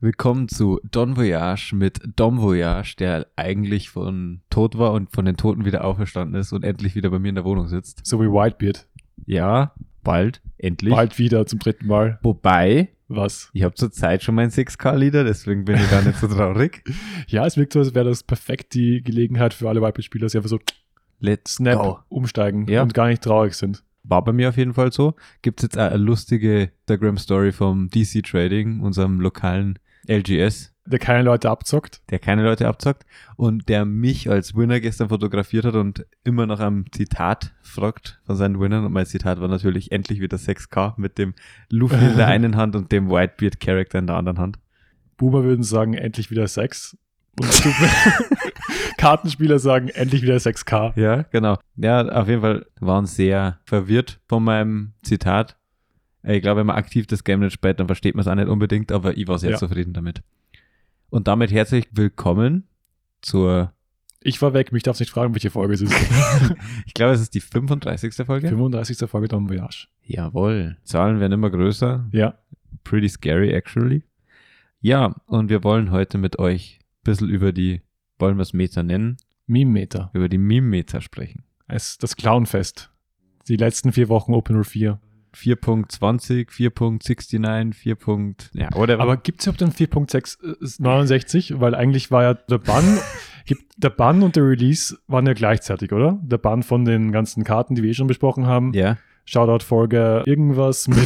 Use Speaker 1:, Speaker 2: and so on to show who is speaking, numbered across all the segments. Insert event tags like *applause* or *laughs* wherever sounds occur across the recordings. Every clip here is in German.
Speaker 1: Willkommen zu Don Voyage mit Dom Voyage, der eigentlich von tot war und von den Toten wieder auferstanden ist und endlich wieder bei mir in der Wohnung sitzt.
Speaker 2: So wie Whitebeard.
Speaker 1: Ja, bald, endlich.
Speaker 2: Bald wieder zum dritten Mal.
Speaker 1: Wobei,
Speaker 2: Was?
Speaker 1: ich habe zurzeit schon meinen 6K-Lieder, deswegen bin ich gar nicht so traurig.
Speaker 2: Ja, es wirkt so, als wäre das perfekt die Gelegenheit für alle Whitebeard-Spieler, dass sie einfach so
Speaker 1: Let's
Speaker 2: snap
Speaker 1: go.
Speaker 2: umsteigen
Speaker 1: Ja.
Speaker 2: und gar nicht traurig sind.
Speaker 1: War bei mir auf jeden Fall so. Gibt's jetzt auch eine lustige Instagram-Story vom DC Trading, unserem lokalen LGS,
Speaker 2: Der keine Leute abzockt.
Speaker 1: der keine Leute abzockt und der mich als Winner gestern fotografiert hat und immer nach einem Zitat fragt von seinen Winnern. Und mein Zitat war natürlich endlich wieder 6K mit dem Luffy in der einen Hand und dem Whitebeard-Charakter in der anderen Hand.
Speaker 2: Boomer würden sagen, endlich wieder Sex.
Speaker 1: *laughs*
Speaker 2: Und Super- *laughs* Kartenspieler sagen, endlich wieder 6K.
Speaker 1: Ja, genau. Ja, auf jeden Fall waren sehr verwirrt von meinem Zitat. Ich glaube, wenn man aktiv das Game nicht spielt, dann versteht man es auch nicht unbedingt, aber ich war sehr
Speaker 2: Ja.
Speaker 1: zufrieden damit. Und damit herzlich willkommen zur,
Speaker 2: Ich war weg, mich darf's nicht fragen, welche Folge es ist.
Speaker 1: *laughs* ich glaube, es ist die 35. Folge.
Speaker 2: 35. Folge Dom Voyage.
Speaker 1: Jawohl. Zahlen werden immer größer.
Speaker 2: Ja,
Speaker 1: Pretty scary, actually. Ja, und wir wollen heute mit euch ein bisschen über die, wollen wir es Meter nennen,
Speaker 2: Meme-Meter.
Speaker 1: über die Meme-Meter sprechen.
Speaker 2: Es ist das Clownfest. Die letzten vier Wochen Open Rule 4.
Speaker 1: 4.20, 4.69, 4. Punkt- Ja, oder
Speaker 2: Aber gibt es überhaupt den 4.669? Äh, Weil eigentlich war ja
Speaker 1: *laughs*
Speaker 2: der Bann, gibt, der Bann und der Release waren ja gleichzeitig, oder? Der Bann von den ganzen Karten, die wir eh schon besprochen haben.
Speaker 1: ja.
Speaker 2: Shoutout-Folge
Speaker 1: *laughs*
Speaker 2: irgendwas mit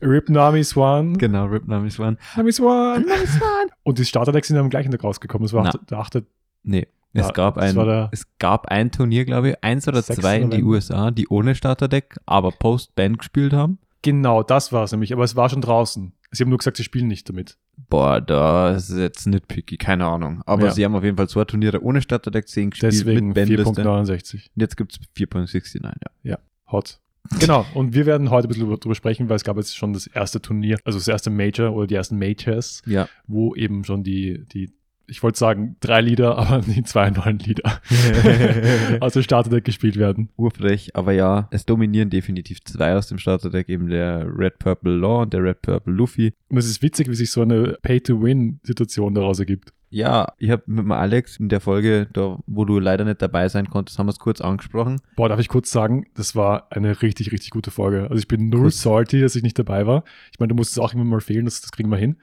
Speaker 2: Rip Nami Swan.
Speaker 1: Genau, Rip Nami Swan.
Speaker 2: Nami Swan, Nami Swan. Und die Starterdecks sind am gleichen Tag rausgekommen. Das war
Speaker 1: Na.
Speaker 2: achte- der achte-
Speaker 1: Nee,
Speaker 2: Ja,
Speaker 1: es, gab
Speaker 2: das war
Speaker 1: ein,
Speaker 2: der-
Speaker 1: es gab ein Turnier, glaube ich, eins oder
Speaker 2: 6.
Speaker 1: zwei in die
Speaker 2: November.
Speaker 1: USA, die ohne Starterdeck, aber Post-Ban gespielt haben.
Speaker 2: Genau, das war es nämlich. Aber es war schon draußen. Sie haben nur gesagt, sie spielen nicht damit.
Speaker 1: Boah, da ist jetzt nicht picky, keine Ahnung. Aber
Speaker 2: Ja.
Speaker 1: sie haben auf jeden Fall zwei Turniere ohne Starterdeck 10 gespielt
Speaker 2: Deswegen
Speaker 1: mit Bandlisten. Und
Speaker 2: 4.69.
Speaker 1: jetzt gibt es 4.69, ja.
Speaker 2: Hot. Genau, und wir werden heute ein bisschen darüber sprechen, weil es gab jetzt schon das erste Turnier, also das erste Major oder die ersten Majors,
Speaker 1: Ja.
Speaker 2: wo eben schon die, die ich wollte sagen, drei Lieder, *laughs* aber die zwei
Speaker 1: *laughs*
Speaker 2: neuen Lieder aus dem Starterdeck gespielt werden.
Speaker 1: Urfrech, aber ja, es dominieren definitiv zwei aus dem Starterdeck, eben der Red Purple Law und der Red Purple Luffy.
Speaker 2: Und es ist witzig, wie sich so eine Pay-to-Win-Situation daraus ergibt.
Speaker 1: Ja, ich habe mit dem Alex in der Folge, da, wo du leider nicht dabei sein konntest, haben wir es kurz angesprochen.
Speaker 2: Boah, darf ich kurz sagen, das war eine richtig, richtig gute Folge. Also ich bin null
Speaker 1: Kurz.
Speaker 2: salty, dass ich nicht dabei war. Ich meine, du musstest auch immer mal fehlen, das, das kriegen wir hin.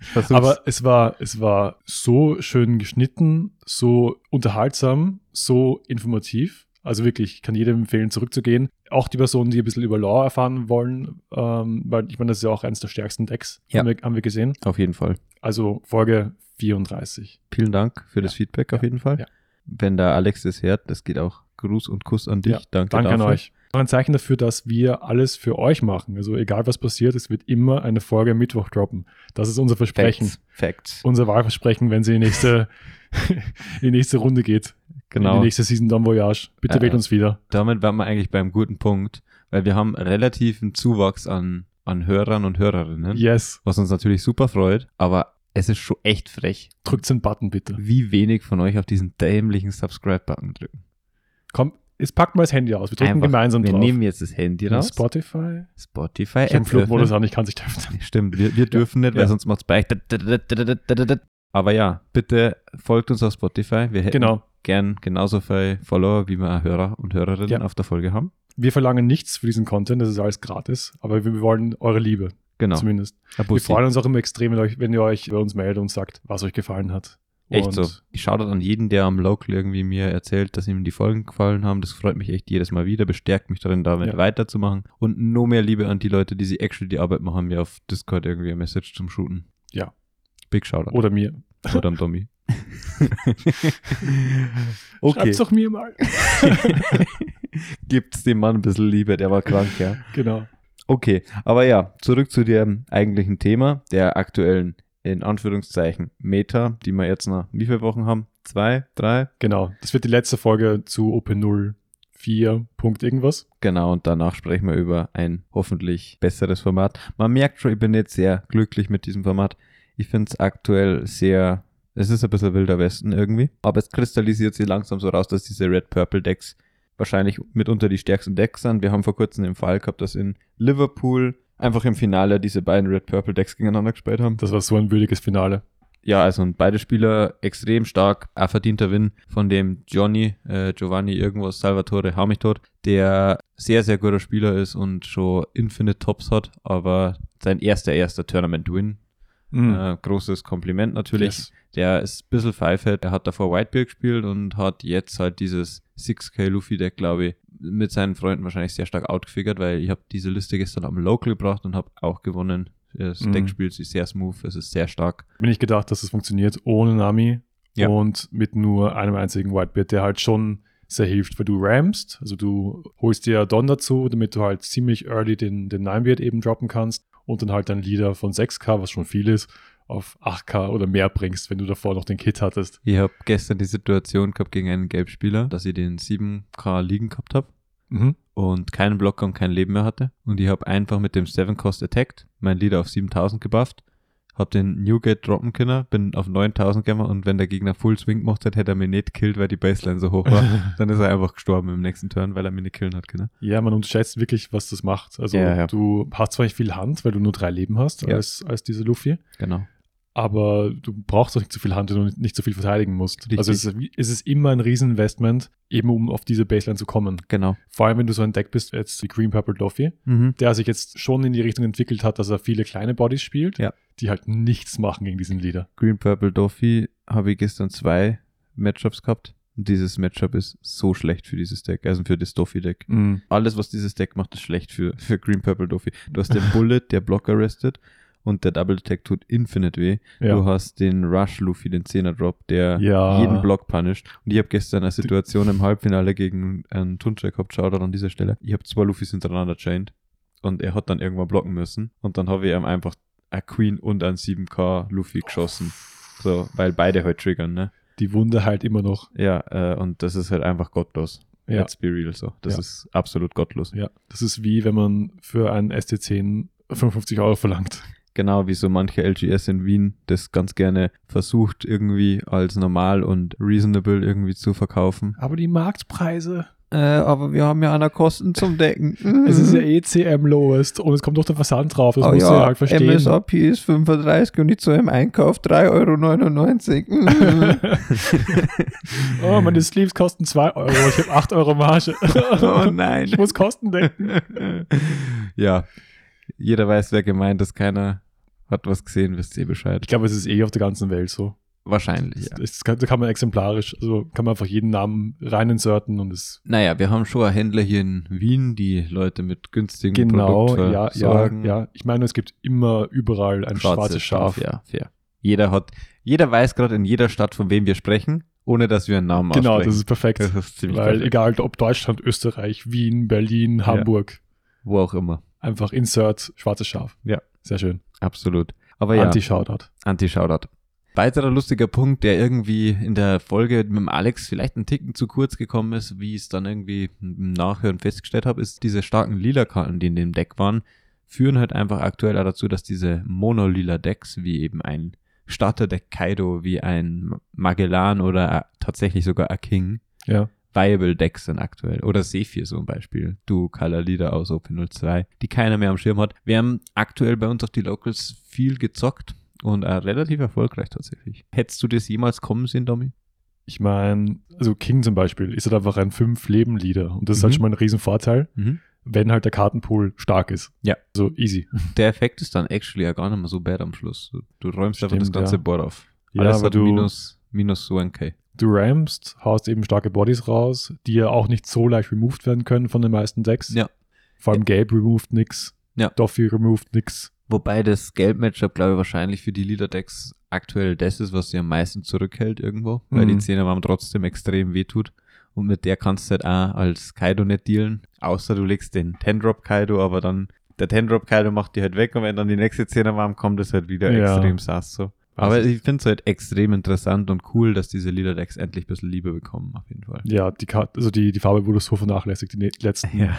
Speaker 1: Versuch's.
Speaker 2: Aber es war, es war so schön geschnitten, so unterhaltsam, so informativ. Also wirklich, ich kann jedem empfehlen, zurückzugehen. Auch die Personen, die ein bisschen über Lore erfahren wollen, ähm, weil ich meine, das ist ja auch eines der stärksten Decks,
Speaker 1: Ja.
Speaker 2: haben, wir, haben wir gesehen.
Speaker 1: auf jeden Fall.
Speaker 2: Also Folge 34.
Speaker 1: Vielen Dank für das Feedback auf jeden Fall.
Speaker 2: Ja.
Speaker 1: Wenn da Alex das hört, das geht auch Gruß und Kuss an dich.
Speaker 2: Ja,
Speaker 1: Danke,
Speaker 2: Danke an
Speaker 1: dafür.
Speaker 2: euch. Auch ein Zeichen dafür, dass wir alles für euch machen. Also egal was passiert, es wird immer eine Folge am Mittwoch droppen. Das ist unser Versprechen.
Speaker 1: Facts. Facts.
Speaker 2: Unser Wahlversprechen, wenn sie in die nächste, *laughs* in die nächste Runde geht. In
Speaker 1: genau.
Speaker 2: die nächste Season Don Voyage. Bitte
Speaker 1: Ja.
Speaker 2: wählt uns wieder.
Speaker 1: Damit waren wir eigentlich beim guten Punkt, weil wir haben relativen Zuwachs an, an Hörern und Hörerinnen,
Speaker 2: Yes.
Speaker 1: was uns natürlich super freut, aber es ist schon echt frech,
Speaker 2: Drückt den Button bitte.
Speaker 1: wie wenig von euch auf diesen dämlichen Subscribe-Button drücken.
Speaker 2: Komm, jetzt packt mal das Handy aus. Wir drücken
Speaker 1: Einfach,
Speaker 2: gemeinsam
Speaker 1: Wir
Speaker 2: drauf.
Speaker 1: nehmen jetzt das Handy raus. Äh, ne?
Speaker 2: Spotify.
Speaker 1: Spotify,
Speaker 2: Ich habe
Speaker 1: App
Speaker 2: Flugmodus
Speaker 1: öffnen.
Speaker 2: an, ich kann sich treffen.
Speaker 1: Stimmt, wir, wir dürfen nicht, weil
Speaker 2: Ja.
Speaker 1: sonst macht's bei. Aber ja, bitte folgt uns auf Spotify. Wir hätten
Speaker 2: Genau.
Speaker 1: gern genauso viele Follower, wie wir auch Hörer und Hörerinnen
Speaker 2: Ja.
Speaker 1: auf der Folge haben.
Speaker 2: Wir verlangen nichts für diesen Content, das ist alles gratis, aber wir wollen eure Liebe,
Speaker 1: Genau.
Speaker 2: zumindest.
Speaker 1: Ein
Speaker 2: Wir
Speaker 1: Bussi.
Speaker 2: freuen uns auch immer extrem, wenn, euch, wenn ihr euch bei uns meldet und sagt, was euch gefallen hat.
Speaker 1: Echt
Speaker 2: und
Speaker 1: so. Ich schaue an jeden, der am Local irgendwie mir erzählt, dass ihm die Folgen gefallen haben. Das freut mich echt jedes Mal wieder, bestärkt mich darin, damit
Speaker 2: Ja.
Speaker 1: weiterzumachen. Und nur mehr Liebe an die Leute, die sich actually die Arbeit machen, mir auf Discord irgendwie ein Message zum Shooten.
Speaker 2: Ja.
Speaker 1: Big Shoutout.
Speaker 2: Oder mir.
Speaker 1: Oder am
Speaker 2: *laughs*
Speaker 1: Tommy.
Speaker 2: Schreibt's doch mir mal. *laughs*
Speaker 1: *laughs* gibt's dem Mann ein bisschen Liebe, der war krank, ja.
Speaker 2: genau.
Speaker 1: Okay, aber ja, zurück zu dem eigentlichen Thema, der aktuellen, in Anführungszeichen, Meta, die wir jetzt nach wie viele Wochen haben? Zwei, drei?
Speaker 2: Genau. Das wird die letzte Folge zu Open 0 4. Punkt irgendwas.
Speaker 1: Genau, und danach sprechen wir über ein hoffentlich besseres Format. Man merkt schon, ich bin jetzt sehr glücklich mit diesem Format. Ich finde es aktuell sehr, es ist ein bisschen wilder Westen irgendwie, aber es kristallisiert sich langsam so raus, dass diese Red-Purple-Decks wahrscheinlich mitunter die stärksten Decks sind. Wir haben vor kurzem den Fall gehabt, dass in Liverpool einfach im Finale diese beiden Red-Purple-Decks gegeneinander gespielt haben.
Speaker 2: Das war so ein würdiges Finale.
Speaker 1: Ja, also und beide Spieler extrem stark. Ein verdienter Win von dem Johnny, äh, Giovanni irgendwas, Salvatore, hau mich tot, der sehr, sehr guter Spieler ist und schon Infinite Tops hat, aber sein erster, erster Tournament-Win. Äh, großes Kompliment natürlich.
Speaker 2: Hm. Yes.
Speaker 1: Der ist ein bisschen pfeifert. Er hat davor Whitebeard gespielt und hat jetzt halt dieses 6K Luffy-Deck, glaube ich, mit seinen Freunden wahrscheinlich sehr stark outgefiggert, weil ich habe diese Liste gestern am Local gebracht und habe auch gewonnen. Das
Speaker 2: Mhm.
Speaker 1: Deck spielt sich sehr smooth, es ist sehr stark.
Speaker 2: Bin ich gedacht, dass es funktioniert ohne Nami
Speaker 1: Ja.
Speaker 2: und mit nur einem einzigen Whitebeard, der halt schon sehr hilft, weil du rammst, also du holst dir Don dazu, damit du halt ziemlich early den, den Ninebeard eben droppen kannst und dann halt dein Leader von 6k, was schon viel ist, auf 8k oder mehr bringst, wenn du davor noch den Kit hattest.
Speaker 1: Ich habe gestern die Situation gehabt gegen einen Gelbspieler, dass ich den 7K liegen gehabt habe Mhm. und keinen Blocker und kein Leben mehr hatte. Und ich habe einfach mit dem 7-Cost attacked, mein Leader auf 7000 gebufft, habe den Newgate droppen können, bin auf 9000 gegangen und wenn der Gegner Full Swing gemacht hat, hätte er mich nicht gekillt, weil die Baseline so hoch
Speaker 2: *laughs*
Speaker 1: war. *laughs* Dann ist er einfach gestorben im nächsten Turn, weil er mich nicht killen hat können.
Speaker 2: Ja, man unterschätzt wirklich, was das macht. Also
Speaker 1: Ja, ja.
Speaker 2: du hast zwar nicht viel Hand, weil du nur drei Leben hast
Speaker 1: Ja.
Speaker 2: als, als diese Luffy,
Speaker 1: Genau.
Speaker 2: aber du brauchst auch nicht so viel Hand, wenn du nicht- nicht so viel verteidigen musst.
Speaker 1: Richtig.
Speaker 2: Also es ist, wie- es ist immer ein Rieseninvestment, eben um auf diese Baseline zu kommen.
Speaker 1: Genau.
Speaker 2: Vor allem, wenn du so ein Deck bist, jetzt wie Green Purple Luffy,
Speaker 1: Mhm.
Speaker 2: der sich jetzt schon in die Richtung entwickelt hat, dass er viele kleine Bodies spielt,
Speaker 1: Ja.
Speaker 2: die halt nichts machen gegen diesen Leader.
Speaker 1: Green Purple Doffy habe ich gestern zwei Matchups gehabt. Und dieses Matchup ist so schlecht für dieses Deck, also für das Doffy-Deck.
Speaker 2: Mhm.
Speaker 1: alles, was dieses Deck macht, ist schlecht für, für Green Purple Doffy. Du
Speaker 2: *laughs*
Speaker 1: hast den Bullet, der Block arrestet und der Double Attack tut Infinite weh. Du
Speaker 2: Ja.
Speaker 1: hast den Rush Luffy, den 10er Drop, der
Speaker 2: Ja.
Speaker 1: jeden Block punisht. Und ich habe gestern eine Situation im Halbfinale gegen einen Tunchak gehabt, Shoutout an dieser Stelle. Ich habe zwei Luffys hintereinander chained und er hat dann irgendwann blocken müssen. Und dann habe ich ihm einfach eine Queen und einen 7K Luffy geschossen. So, weil beide halt triggern, ne?
Speaker 2: Die Wunde halt immer noch.
Speaker 1: Ja, äh, und das ist halt einfach gottlos.
Speaker 2: Ja.
Speaker 1: Let's be real so. Das
Speaker 2: Ja.
Speaker 1: ist absolut gottlos.
Speaker 2: ja. Das ist wie, wenn man für einen ST10 55 Euro verlangt.
Speaker 1: Genau wie so manche LGS in Wien das ganz gerne versucht, irgendwie als normal und reasonable irgendwie zu verkaufen.
Speaker 2: Aber die Marktpreise.
Speaker 1: Äh, aber wir haben ja eine Kosten zum Decken.
Speaker 2: *laughs* Es ist ja ECM Lowest und es kommt doch der Versand drauf. Das
Speaker 1: Ah
Speaker 2: musst du Mhm. ja halt verstehen.
Speaker 1: ist 35 und ich zu im Einkauf 3,99 Euro.
Speaker 2: *laughs* Oh, meine Sleeves kosten 2 Euro. Ich habe 8 Euro Marge. *laughs*
Speaker 1: *laughs* oh nein.
Speaker 2: Ich muss Kosten denken.
Speaker 1: ja, jeder weiß, wer gemeint ist. Keiner hat was gesehen, wisst ihr
Speaker 2: Ich
Speaker 1: Bescheid.
Speaker 2: glaube, es ist eh auf der ganzen Welt so.
Speaker 1: Wahrscheinlich, ja.
Speaker 2: Das, das kann, da kann man exemplarisch, also kann man einfach jeden Namen rein inserten und es.
Speaker 1: Naja, wir haben schon einen Händler hier in Wien, die Leute mit günstigen
Speaker 2: Genau,
Speaker 1: Produkten
Speaker 2: ja, ja,
Speaker 1: versorgen.
Speaker 2: ja. Ich meine, es gibt immer überall ein schwarzes Schaf.
Speaker 1: Ja, fair. Jeder hat, jeder weiß gerade in jeder Stadt, von wem wir sprechen, ohne dass wir einen Namen
Speaker 2: Genau, das
Speaker 1: aussprechen.
Speaker 2: ist perfekt.
Speaker 1: das ist ziemlich
Speaker 2: Weil
Speaker 1: perfekt.
Speaker 2: egal, ob Deutschland, Österreich, Wien, Berlin, Hamburg,
Speaker 1: Wo auch immer.
Speaker 2: einfach insert schwarzes Schaf.
Speaker 1: Ja.
Speaker 2: Sehr schön.
Speaker 1: Absolut. Aber ja,
Speaker 2: Anti-Shoutout.
Speaker 1: Anti-Shoutout. Weiterer lustiger Punkt, der irgendwie in der Folge mit dem Alex vielleicht einen Ticken zu kurz gekommen ist, wie ich es dann irgendwie im Nachhören festgestellt habe, ist diese starken Lila-Karten, die in dem Deck waren, führen halt einfach aktuell auch dazu, dass diese Mono-Lila-Decks, wie eben ein Starter-Deck Kaido, wie ein Magellan oder äh, tatsächlich sogar a King,
Speaker 2: Ja.
Speaker 1: viable Decks sind aktuell. Oder Sephir so ein Beispiel. Du, Color Leader aus OP02, die keiner mehr am Schirm hat. Wir haben aktuell bei uns auf die Locals viel gezockt und äh, relativ erfolgreich tatsächlich. Hättest du das jemals kommen sehen, Domi?
Speaker 2: Ich meine, also King zum Beispiel ist halt einfach ein Fünf-Leben-Lieder und das ist halt
Speaker 1: Mhm.
Speaker 2: schon mal ein Riesenvorteil, wenn halt der Kartenpool stark ist.
Speaker 1: Ja. Mhm.
Speaker 2: So easy.
Speaker 1: Der Effekt ist dann actually ja gar nicht mehr so bad am Schluss. Du, du räumst einfach das
Speaker 2: Stimmt,
Speaker 1: ganze
Speaker 2: ja.
Speaker 1: Board auf.
Speaker 2: Ja,
Speaker 1: Alles
Speaker 2: aber
Speaker 1: hat
Speaker 2: du-
Speaker 1: minus, minus so ein K.
Speaker 2: Du rammst, haust eben starke Bodies raus, die ja auch nicht so leicht removed werden können von den meisten Decks.
Speaker 1: Ja.
Speaker 2: Vor allem Gabe removed nix.
Speaker 1: Ja.
Speaker 2: Doffy removed nix.
Speaker 1: Wobei das Gelb-Matchup, glaube ich, wahrscheinlich für die Leader-Decks aktuell das ist, was sie am meisten zurückhält irgendwo, weil
Speaker 2: Mhm.
Speaker 1: die Zehnerwarm trotzdem extrem wehtut. Und mit der kannst du halt auch als Kaido nicht dealen, außer du legst den 10-Drop Kaido, aber dann der 10-Drop Kaido macht die halt weg und wenn dann die nächste Zehnerwarm kommt, ist halt wieder
Speaker 2: Ja. Also
Speaker 1: extrem sass so. Aber ich finde es halt extrem interessant und cool, dass diese Leader-Decks endlich ein bisschen Liebe bekommen, auf jeden Fall.
Speaker 2: Ja, die, Karte, also die, die Farbe wurde so vernachlässigt, die ne-
Speaker 1: *laughs*
Speaker 2: letzten
Speaker 1: Ja.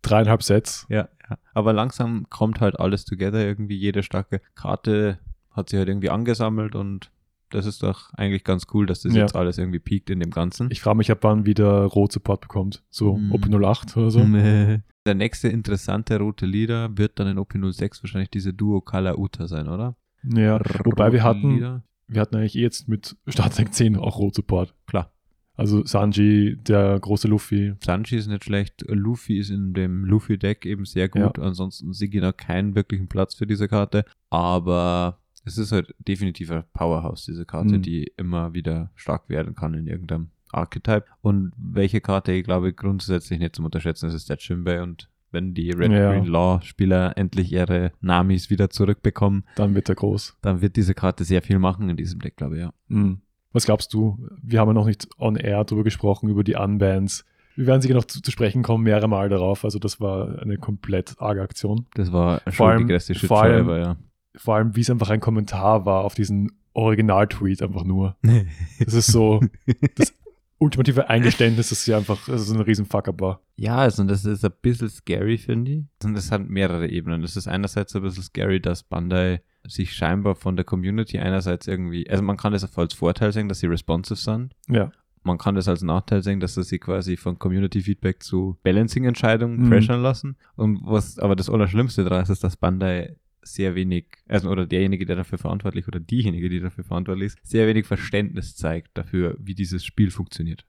Speaker 2: dreieinhalb Sets.
Speaker 1: Ja, ja. Aber langsam kommt halt alles together irgendwie. Jede starke Karte hat sich halt irgendwie angesammelt und das ist doch eigentlich ganz cool, dass das
Speaker 2: Ja.
Speaker 1: jetzt alles irgendwie piekt in dem Ganzen.
Speaker 2: Ich frage mich, ab wann wieder Rot Support bekommt. So
Speaker 1: Mhm.
Speaker 2: Open 08 oder so.
Speaker 1: Nee. *laughs* Der nächste interessante rote Lieder wird dann in OP06 wahrscheinlich diese Duo Kala Uta sein, oder?
Speaker 2: Ja, wobei
Speaker 1: Rote
Speaker 2: wir hatten,
Speaker 1: Lieder.
Speaker 2: wir hatten eigentlich eh jetzt mit Startank 10 auch Rot-Support.
Speaker 1: Klar.
Speaker 2: Also Sanji, der große Luffy.
Speaker 1: Sanji ist nicht schlecht, Luffy ist in dem Luffy-Deck eben sehr gut. Ansonsten Siggy hat keinen wirklichen Platz für diese Karte, aber es ist halt definitiv ein Powerhouse, diese Karte,
Speaker 2: Mhm.
Speaker 1: die immer wieder stark werden kann in irgendeinem Archetype. Und welche Karte, ich glaube, grundsätzlich nicht zum Unterschätzen ist, ist der Jimbei und wenn die Red
Speaker 2: Ja.
Speaker 1: Green Law Spieler endlich ihre Namis wieder zurückbekommen,
Speaker 2: Dann wird er groß.
Speaker 1: dann wird diese Karte sehr viel machen in diesem Deck, glaube ich, ja.
Speaker 2: Mhm. Was glaubst du? Wir haben ja noch nicht on air drüber gesprochen, über die Unbans. Wir werden sicher noch zu, zu sprechen kommen, mehrere Mal darauf. Also, das war eine komplett arge Aktion.
Speaker 1: Das war
Speaker 2: Vor
Speaker 1: schon
Speaker 2: allem-
Speaker 1: die größte
Speaker 2: vor
Speaker 1: Shitshow
Speaker 2: allem-
Speaker 1: ever, ja.
Speaker 2: Vor allem, wie es einfach ein Kommentar war auf diesen Original-Tweet einfach nur. *laughs* Das ist so
Speaker 1: *laughs*
Speaker 2: das ultimative Eingeständnis, dass sie einfach, dass es ein riesen Fuck-Up war.
Speaker 1: Ja, also das ist ein bisschen scary, finde ich. Und das hat mehrere Ebenen. Das ist einerseits ein bisschen scary, dass Bandai sich scheinbar von der Community einerseits irgendwie, also man kann das als Vorteil sehen, dass sie responsive sind.
Speaker 2: Ja.
Speaker 1: Man kann das als Nachteil sehen, dass sie sich quasi von Community-Feedback zu Balancing-Entscheidungen
Speaker 2: Mhm.
Speaker 1: pressuren lassen. Und was aber das Allerschlimmste daran ist, ist, dass Bandai sehr wenig, also oder derjenige, der dafür verantwortlich oder diejenige, die dafür verantwortlich ist, sehr wenig Verständnis zeigt dafür, wie dieses Spiel funktioniert.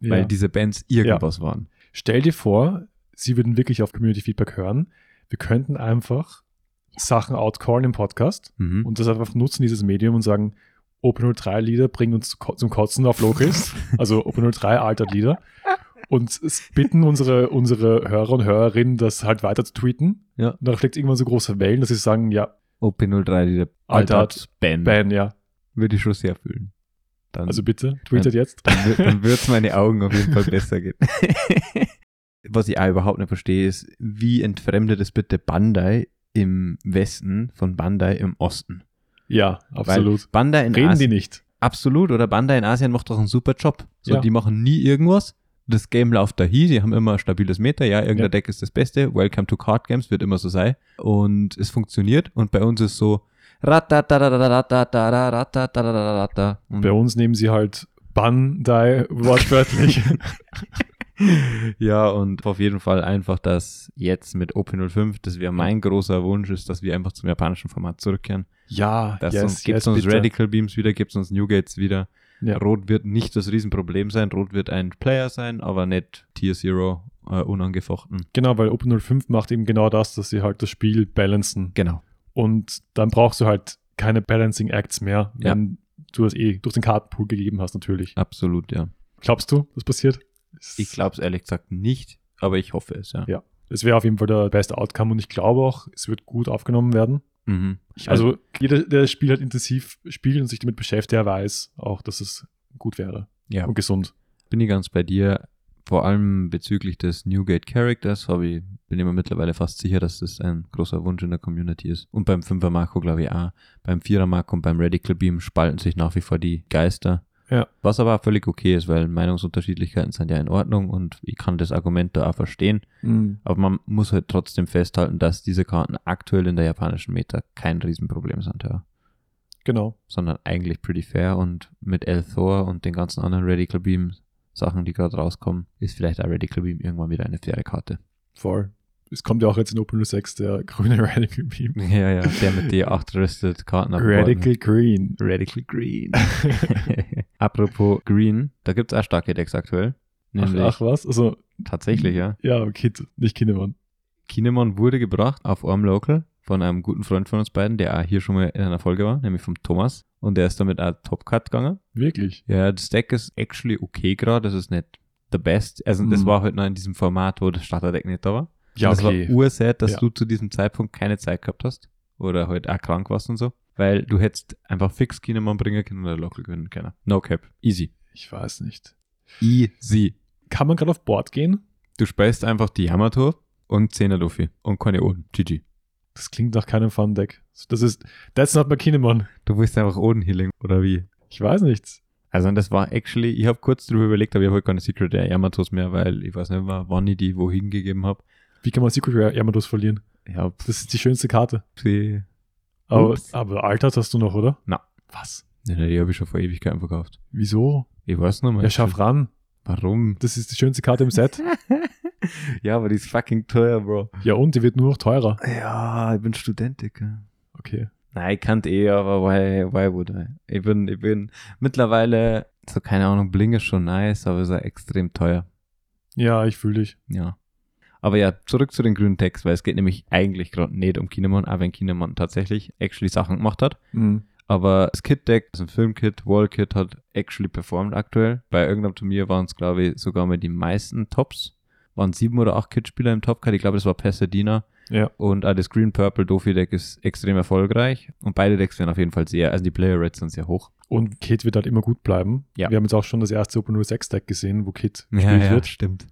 Speaker 1: Weil
Speaker 2: Ja.
Speaker 1: diese Bands irgendwas waren.
Speaker 2: Stell dir vor, sie würden wirklich auf Community Feedback hören. Wir könnten einfach Sachen outcallen im Podcast
Speaker 1: Mhm.
Speaker 2: und das einfach nutzen, dieses Medium und sagen, Open 03 Lieder bringen uns zu ko- zum Kotzen
Speaker 1: *laughs*
Speaker 2: auf Locals, also Open 03 altert Lieder und es bitten unsere, unsere Hörer und Hörerinnen, das halt weiter zu tweeten.
Speaker 1: Ja.
Speaker 2: Und dann schlägt es irgendwann so große Wellen, dass sie sagen, ja,
Speaker 1: OP03, die der
Speaker 2: Alter,
Speaker 1: Altart Ben,
Speaker 2: ban, ja.
Speaker 1: würde ich schon sehr fühlen. Mhm. Dann,
Speaker 2: Also bitte, tweetet jetzt.
Speaker 1: dann, wür-
Speaker 2: *laughs*
Speaker 1: dann würde es meine Augen auf jeden Fall besser gehen. *laughs* Was ich auch überhaupt nicht verstehe, ist, wie entfremdet es bitte Bandai im Westen von Bandai im Osten?
Speaker 2: Ja, absolut.
Speaker 1: Bandai in
Speaker 2: Reden die
Speaker 1: Asien,
Speaker 2: nicht.
Speaker 1: absolut, oder Bandai in Asien macht doch einen super Job. So,
Speaker 2: Ja.
Speaker 1: Die machen nie irgendwas. Das Game läuft da hier, sie haben immer ein stabiles Meta, ja, irgendein
Speaker 2: Ja.
Speaker 1: Deck ist das Beste, Welcome to Card Games, wird immer so sein. Und es funktioniert und bei uns ist so ratatatatatatatatata, ratatatatatata. Und
Speaker 2: Bei uns nehmen sie halt Bandai
Speaker 1: *laughs*
Speaker 2: wortwörtlich.
Speaker 1: Ja, und auf jeden Fall einfach, dass jetzt mit OP05, das wäre mein großer Wunsch, ist, dass wir einfach zum japanischen Format zurückkehren.
Speaker 2: ja,
Speaker 1: Das
Speaker 2: yes,
Speaker 1: uns, gibt
Speaker 2: yes,
Speaker 1: uns
Speaker 2: bitte.
Speaker 1: Radical Beams wieder, gibt uns New Gates wieder.
Speaker 2: Ja.
Speaker 1: Rot wird nicht das Riesenproblem sein. Rot wird ein Player sein, aber nicht Tier Zero äh, unangefochten.
Speaker 2: Genau, weil Open 05 macht eben genau das, dass sie halt das Spiel balancen.
Speaker 1: Genau.
Speaker 2: Und dann brauchst du halt keine Balancing Acts mehr, wenn du das eh durch den Kartenpool gegeben hast, natürlich.
Speaker 1: Absolut, ja.
Speaker 2: Glaubst du, das passiert?
Speaker 1: Ich glaube es ehrlich gesagt nicht, aber ich hoffe es, ja.
Speaker 2: Ja. Es wäre auf jeden Fall der beste Outcome und ich glaube auch, es wird gut aufgenommen werden.
Speaker 1: Mhm.
Speaker 2: Ich, also, jeder, der das Spiel halt intensiv spielt und sich damit beschäftigt, der weiß auch, dass es gut wäre
Speaker 1: ja.
Speaker 2: und gesund.
Speaker 1: bin ich ganz bei dir. Vor allem bezüglich des Newgate Characters habe ich, bin ich mir mittlerweile fast sicher, dass das ein großer Wunsch in der Community ist. Und beim 5er Marco glaube ich auch. Beim 4er Marco und beim Radical Beam spalten sich nach wie vor die Geister.
Speaker 2: Ja.
Speaker 1: Was aber auch völlig okay ist, weil Meinungsunterschiedlichkeiten sind ja in Ordnung und ich kann das Argument da auch verstehen.
Speaker 2: Hm.
Speaker 1: Aber man muss halt trotzdem festhalten, dass diese Karten aktuell in der japanischen Meta kein Riesenproblem sind, ja.
Speaker 2: Genau.
Speaker 1: Sondern eigentlich pretty fair und mit El Thor und den ganzen anderen Radical Beam Sachen, die gerade rauskommen, ist vielleicht auch Radical Beam irgendwann wieder eine faire Karte.
Speaker 2: Voll. Es kommt ja auch jetzt in Open 06 der *laughs* grüne Radical Beam.
Speaker 1: *laughs* Ja, ja, der mit D8 rüstet Karten ne? ab.
Speaker 2: Radical
Speaker 1: *laughs*
Speaker 2: Green.
Speaker 1: Radical Green. Apropos Green, da gibt es auch starke Decks aktuell.
Speaker 2: Ach,
Speaker 1: Nämlich
Speaker 2: ach was? Also,
Speaker 1: tatsächlich, ja.
Speaker 2: ja, Kid, nicht Kindermann.
Speaker 1: Kinemon wurde gebracht auf Orm Local von einem guten Freund von uns beiden, der auch hier schon mal in einer Folge war, nämlich vom Thomas. Und der ist damit auch Top Cut gegangen.
Speaker 2: Wirklich?
Speaker 1: Ja, das Deck ist actually okay gerade, das ist nicht the best. Also das
Speaker 2: Mhm.
Speaker 1: war halt noch in diesem Format, wo das Starterdeck nicht da war.
Speaker 2: Ja,
Speaker 1: das war
Speaker 2: okay.
Speaker 1: ursad, dass
Speaker 2: Ja.
Speaker 1: du zu diesem Zeitpunkt keine Zeit gehabt hast oder halt auch krank warst und so, weil du hättest einfach fix Kinemon bringen können oder Local gewinnen können. No cap, easy.
Speaker 2: Ich weiß nicht.
Speaker 1: Easy.
Speaker 2: Kann man gerade auf Board gehen?
Speaker 1: Du speist einfach die Yamato und 10er Luffy und keine Oden. GG.
Speaker 2: Das klingt nach keinem Fun-Deck. Das ist, that's not my Kindermann.
Speaker 1: Du willst einfach Oden healing oder wie?
Speaker 2: Ich weiß nicht.
Speaker 1: Also und das war actually, ich habe kurz drüber überlegt, aber ich habe halt keine Secret der Yamatos mehr, weil ich weiß nicht mehr, wann ich die wohin gegeben habe.
Speaker 2: Wie kann man Secret Rare Yamados verlieren?
Speaker 1: Ich habe
Speaker 2: Das ist die schönste Karte.
Speaker 1: sie
Speaker 2: Aber,
Speaker 1: Ups.
Speaker 2: aber Altert hast du noch, oder?
Speaker 1: Na.
Speaker 2: Was?
Speaker 1: Ja, die habe ich schon vor Ewigkeiten verkauft.
Speaker 2: Wieso?
Speaker 1: Ich weiß noch mal.
Speaker 2: Ja, scharf ran.
Speaker 1: Warum?
Speaker 2: Das ist die schönste Karte im Set.
Speaker 1: Ja, aber die ist fucking teuer, Bro.
Speaker 2: Ja, und die wird nur noch teurer.
Speaker 1: Ja, ich bin Student, Digga.
Speaker 2: Okay.
Speaker 1: Nein, ich kannte eh, aber why, why would I? Ich bin, ich bin mittlerweile, so keine Ahnung, Bling ist schon nice, aber ist ja extrem teuer.
Speaker 2: Ja, ich fühle dich.
Speaker 1: Ja. Aber ja, zurück zu den grünen Text, weil es geht nämlich eigentlich gerade nicht um Kinemon, auch wenn Kinemon tatsächlich actually Sachen gemacht hat.
Speaker 2: Hm.
Speaker 1: Aber das Kit-Deck, das ist ein Filmkit, Wall-Kit, hat actually performt aktuell. Bei irgendeinem Turnier waren es, glaube ich, sogar mal die meisten Tops. Waren sieben oder acht Kit-Spieler im Top-Cut. Ich glaube, das war Pasadena.
Speaker 2: Ja.
Speaker 1: Und auch das Green-Purple-Dofi-Deck ist extrem erfolgreich. Und beide Decks werden auf jeden Fall sehr, also die Player-Rates sind sehr hoch.
Speaker 2: Und Kit wird halt immer gut bleiben.
Speaker 1: Ja.
Speaker 2: Wir haben jetzt auch schon das erste Open 06 Deck gesehen, wo Kit gespielt wird.
Speaker 1: stimmt.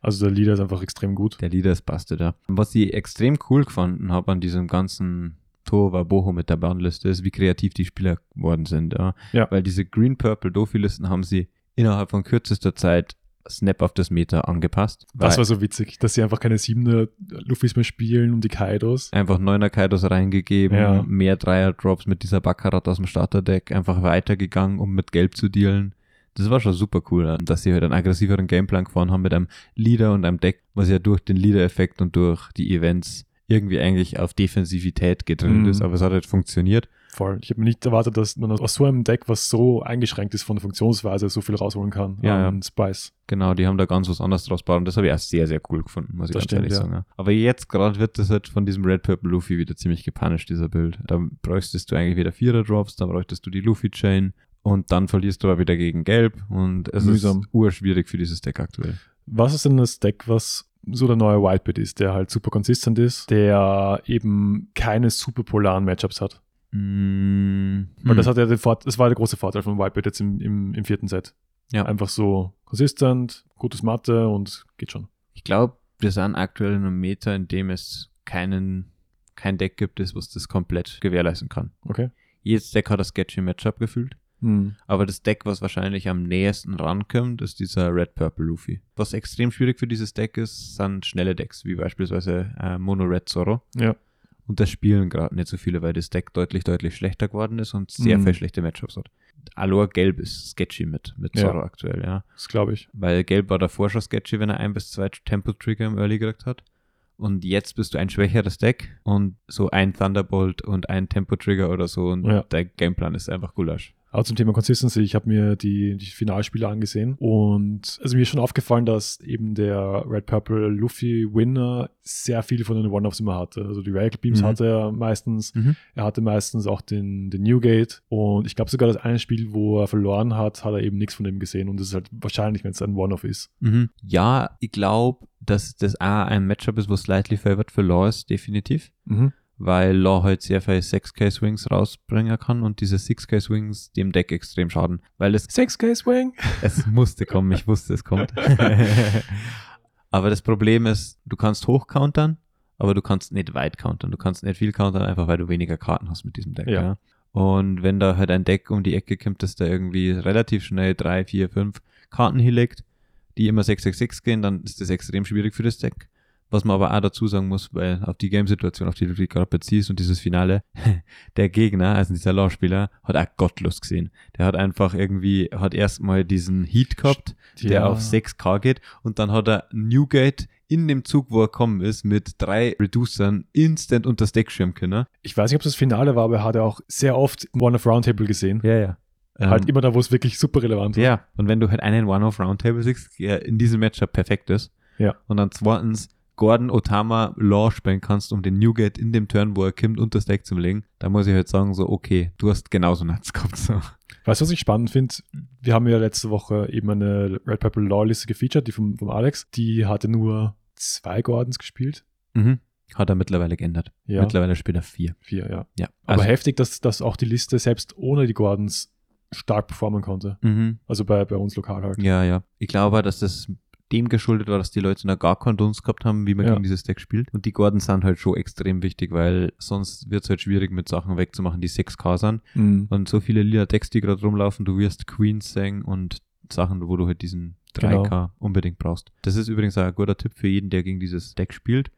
Speaker 2: Also der Leader ist einfach extrem gut.
Speaker 1: Der Leader ist Baste da. Was ich extrem cool gefunden habe an diesem ganzen Tova Boho mit der Bandliste ist, wie kreativ die Spieler geworden sind. Ja.
Speaker 2: Ja.
Speaker 1: Weil diese Green-Purple-Dofi-Listen haben sie innerhalb von kürzester Zeit Snap auf das Meter angepasst.
Speaker 2: Das
Speaker 1: Weil
Speaker 2: war so witzig, dass sie einfach keine 7er Luffys mehr spielen und die Kaidos.
Speaker 1: einfach neuner Kaidos reingegeben,
Speaker 2: Ja.
Speaker 1: mehr Dreier-Drops mit dieser Baccarat aus dem Starterdeck, einfach weitergegangen, um mit Gelb zu dealen. Das war schon super cool, dass sie halt einen aggressiveren Gameplan gefahren haben mit einem Leader und einem Deck, was ja durch den Leader-Effekt und durch die Events irgendwie eigentlich auf Defensivität getrennt
Speaker 2: Mhm.
Speaker 1: ist, aber es hat halt funktioniert.
Speaker 2: Voll. Ich habe mir nicht erwartet, dass man aus so einem Deck, was so eingeschränkt ist von der Funktionsweise, so viel rausholen kann.
Speaker 1: Ja,
Speaker 2: an Spice.
Speaker 1: Genau, die haben da ganz was anderes draus gebaut und das habe ich auch sehr, sehr cool gefunden, muss ich
Speaker 2: Das
Speaker 1: ganz
Speaker 2: stimmt,
Speaker 1: ehrlich
Speaker 2: ja.
Speaker 1: sagen. ja. Aber jetzt gerade wird das halt von diesem Red Purple Luffy wieder ziemlich gepunished, dieser Bild. Da bräuchtest du eigentlich wieder Vierer Drops, dann bräuchtest du die Luffy Chain und dann verlierst du aber wieder gegen Gelb und es
Speaker 2: Mühsam.
Speaker 1: ist urschwierig für dieses Deck aktuell.
Speaker 2: Was ist denn das Deck, was so der neue Whitebit ist, der halt super konsistent ist, der eben keine super polaren Matchups hat?
Speaker 1: Mm,
Speaker 2: Weil das hat ja den Vorteil, das war der große Vorteil von Whitebit jetzt im, im, im vierten Set.
Speaker 1: Ja.
Speaker 2: Einfach so konsistent, gutes Mathe und geht schon.
Speaker 1: ich glaube, wir sind aktuell in einem Meta, in dem es keinen, kein Deck gibt, das, was das komplett gewährleisten kann.
Speaker 2: Okay.
Speaker 1: Jedes Deck hat das sketchy Matchup gefühlt.
Speaker 2: Hm.
Speaker 1: Aber das Deck, was wahrscheinlich am nächsten rankommt, ist dieser Red Purple Luffy. Was extrem schwierig für dieses Deck ist, sind schnelle Decks, wie beispielsweise äh, Mono Red Zoro.
Speaker 2: Ja.
Speaker 1: Und das spielen gerade nicht so viele, weil das Deck deutlich, deutlich schlechter geworden ist und sehr
Speaker 2: Mhm.
Speaker 1: viele schlechte Matchups hat. Aloha Gelb ist sketchy mit, mit
Speaker 2: Ja.
Speaker 1: Zoro aktuell, ja.
Speaker 2: Das glaube ich.
Speaker 1: Weil Gelb war davor schon sketchy, wenn er ein bis zwei Tempo-Trigger im Early gekriegt hat. Und jetzt bist du ein schwächeres Deck und so ein Thunderbolt und ein Tempo-Trigger oder so und
Speaker 2: Ja.
Speaker 1: dein Gameplan ist einfach Gulasch.
Speaker 2: Aber zum Thema Consistency, ich habe mir die, die Finalspiele angesehen und also mir ist schon aufgefallen, dass eben der Red Purple Luffy Winner sehr viele von den One-Offs immer hatte. Also die Radical Beams
Speaker 1: Mhm.
Speaker 2: hatte er meistens,
Speaker 1: Mhm.
Speaker 2: er hatte meistens auch den, den Newgate und ich glaube sogar das eine Spiel, wo er verloren hat, hat er eben nichts von dem gesehen und das ist halt wahrscheinlich, wenn es ein One-Off ist.
Speaker 1: Ja, ich glaube, dass das auch ein Matchup ist, wo slightly favored für Law ist, definitiv. Weil Law halt sehr viele 6K-Swings rausbringen kann und diese 6K-Swings dem Deck extrem schaden. Weil
Speaker 2: *laughs*
Speaker 1: es,
Speaker 2: 6K Swing?
Speaker 1: es musste kommen, ich wusste, es kommt. *laughs* aber das Problem ist, du kannst hoch countern, aber du kannst nicht weit countern. Du kannst nicht viel countern, einfach weil du weniger Karten hast mit diesem Deck.
Speaker 2: Ja.
Speaker 1: Ja. Und wenn da halt ein Deck um die Ecke kommt, das da irgendwie relativ schnell drei, vier, fünf Karten hinlegt, die immer 666 gehen, dann ist das extrem schwierig für das Deck. Was man aber auch dazu sagen muss, weil auf die Gamesituation, auf die du dich gerade beziehst und dieses Finale, *laughs* der Gegner, also dieser Law-Spieler, hat auch gottlos gesehen. Der hat einfach irgendwie, hat erstmal diesen Heat gehabt, der auf 6K geht und dann hat er Newgate in dem Zug, wo er kommen ist, mit drei Reducern instant unter das Deck schirmen können.
Speaker 2: Ich weiß nicht, ob es das Finale war, aber er hat ja auch sehr oft One-Off Roundtable gesehen.
Speaker 1: Ja, ja. Ähm,
Speaker 2: Halt immer da, wo es wirklich super relevant ist.
Speaker 1: Ja, und wenn du halt einen One-Off-Roundtable siehst, der in diesem Matchup perfekt ist.
Speaker 2: Ja.
Speaker 1: Und dann zweitens Gordon Otama Law spielen kannst, um den Newgate in dem Turn, wo er kimmt, unter das Deck zu legen, da muss ich halt sagen, so, okay, du hast genauso Nuts gehabt. So.
Speaker 2: Weißt du, was ich spannend finde? Wir haben ja letzte Woche eben eine Red Purple Law Liste gefeatured, die vom, vom Alex. Die hatte nur zwei Gordons gespielt.
Speaker 1: Mhm. Hat er mittlerweile geändert.
Speaker 2: Ja,
Speaker 1: Mittlerweile spielt er vier.
Speaker 2: vier, ja.
Speaker 1: Ja.
Speaker 2: Aber
Speaker 1: also,
Speaker 2: heftig, dass, dass auch die Liste selbst ohne die Gordons stark performen konnte.
Speaker 1: mhm.
Speaker 2: Also bei, bei uns lokal halt.
Speaker 1: Ja, ja. Ich glaube, dass das dem geschuldet war, dass die Leute noch gar keinen Dunst gehabt haben, wie man
Speaker 2: Ja.
Speaker 1: gegen dieses Deck spielt. Und die Gordons sind halt schon extrem wichtig, weil sonst wird es halt schwierig, mit Sachen wegzumachen, die 6K sind.
Speaker 2: Mhm.
Speaker 1: Und so viele lila Decks, die gerade rumlaufen, du wirst Queens singen und Sachen, wo du halt diesen 3K
Speaker 2: Genau.
Speaker 1: unbedingt brauchst. Das ist übrigens auch ein guter Tipp für jeden, der gegen dieses Deck spielt.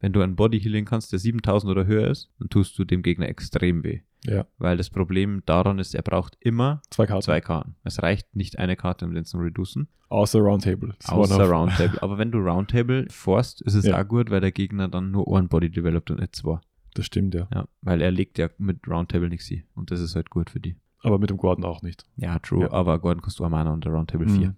Speaker 1: Wenn du einen Body healen kannst, der 7000 oder höher ist, dann tust du dem Gegner extrem weh.
Speaker 2: Ja.
Speaker 1: Weil das Problem daran ist, er braucht immer
Speaker 2: Zwei Karten.
Speaker 1: zwei Karten. Es reicht nicht eine Karte, um den zu reducen.
Speaker 2: Außer Roundtable. Das ist one
Speaker 1: außer
Speaker 2: of-
Speaker 1: Roundtable. Aber wenn du Roundtable forst, ist es
Speaker 2: Ja.
Speaker 1: auch gut, weil der Gegner dann nur einen Body developt und nicht zwei.
Speaker 2: Das stimmt, ja.
Speaker 1: Ja, weil er legt ja mit Roundtable nichts sie. Und das ist halt gut für die.
Speaker 2: Aber mit dem Gordon auch nicht.
Speaker 1: Ja, true.
Speaker 2: Ja.
Speaker 1: Aber Gordon kostet auch Mana und der Roundtable
Speaker 2: Mhm.
Speaker 1: 4.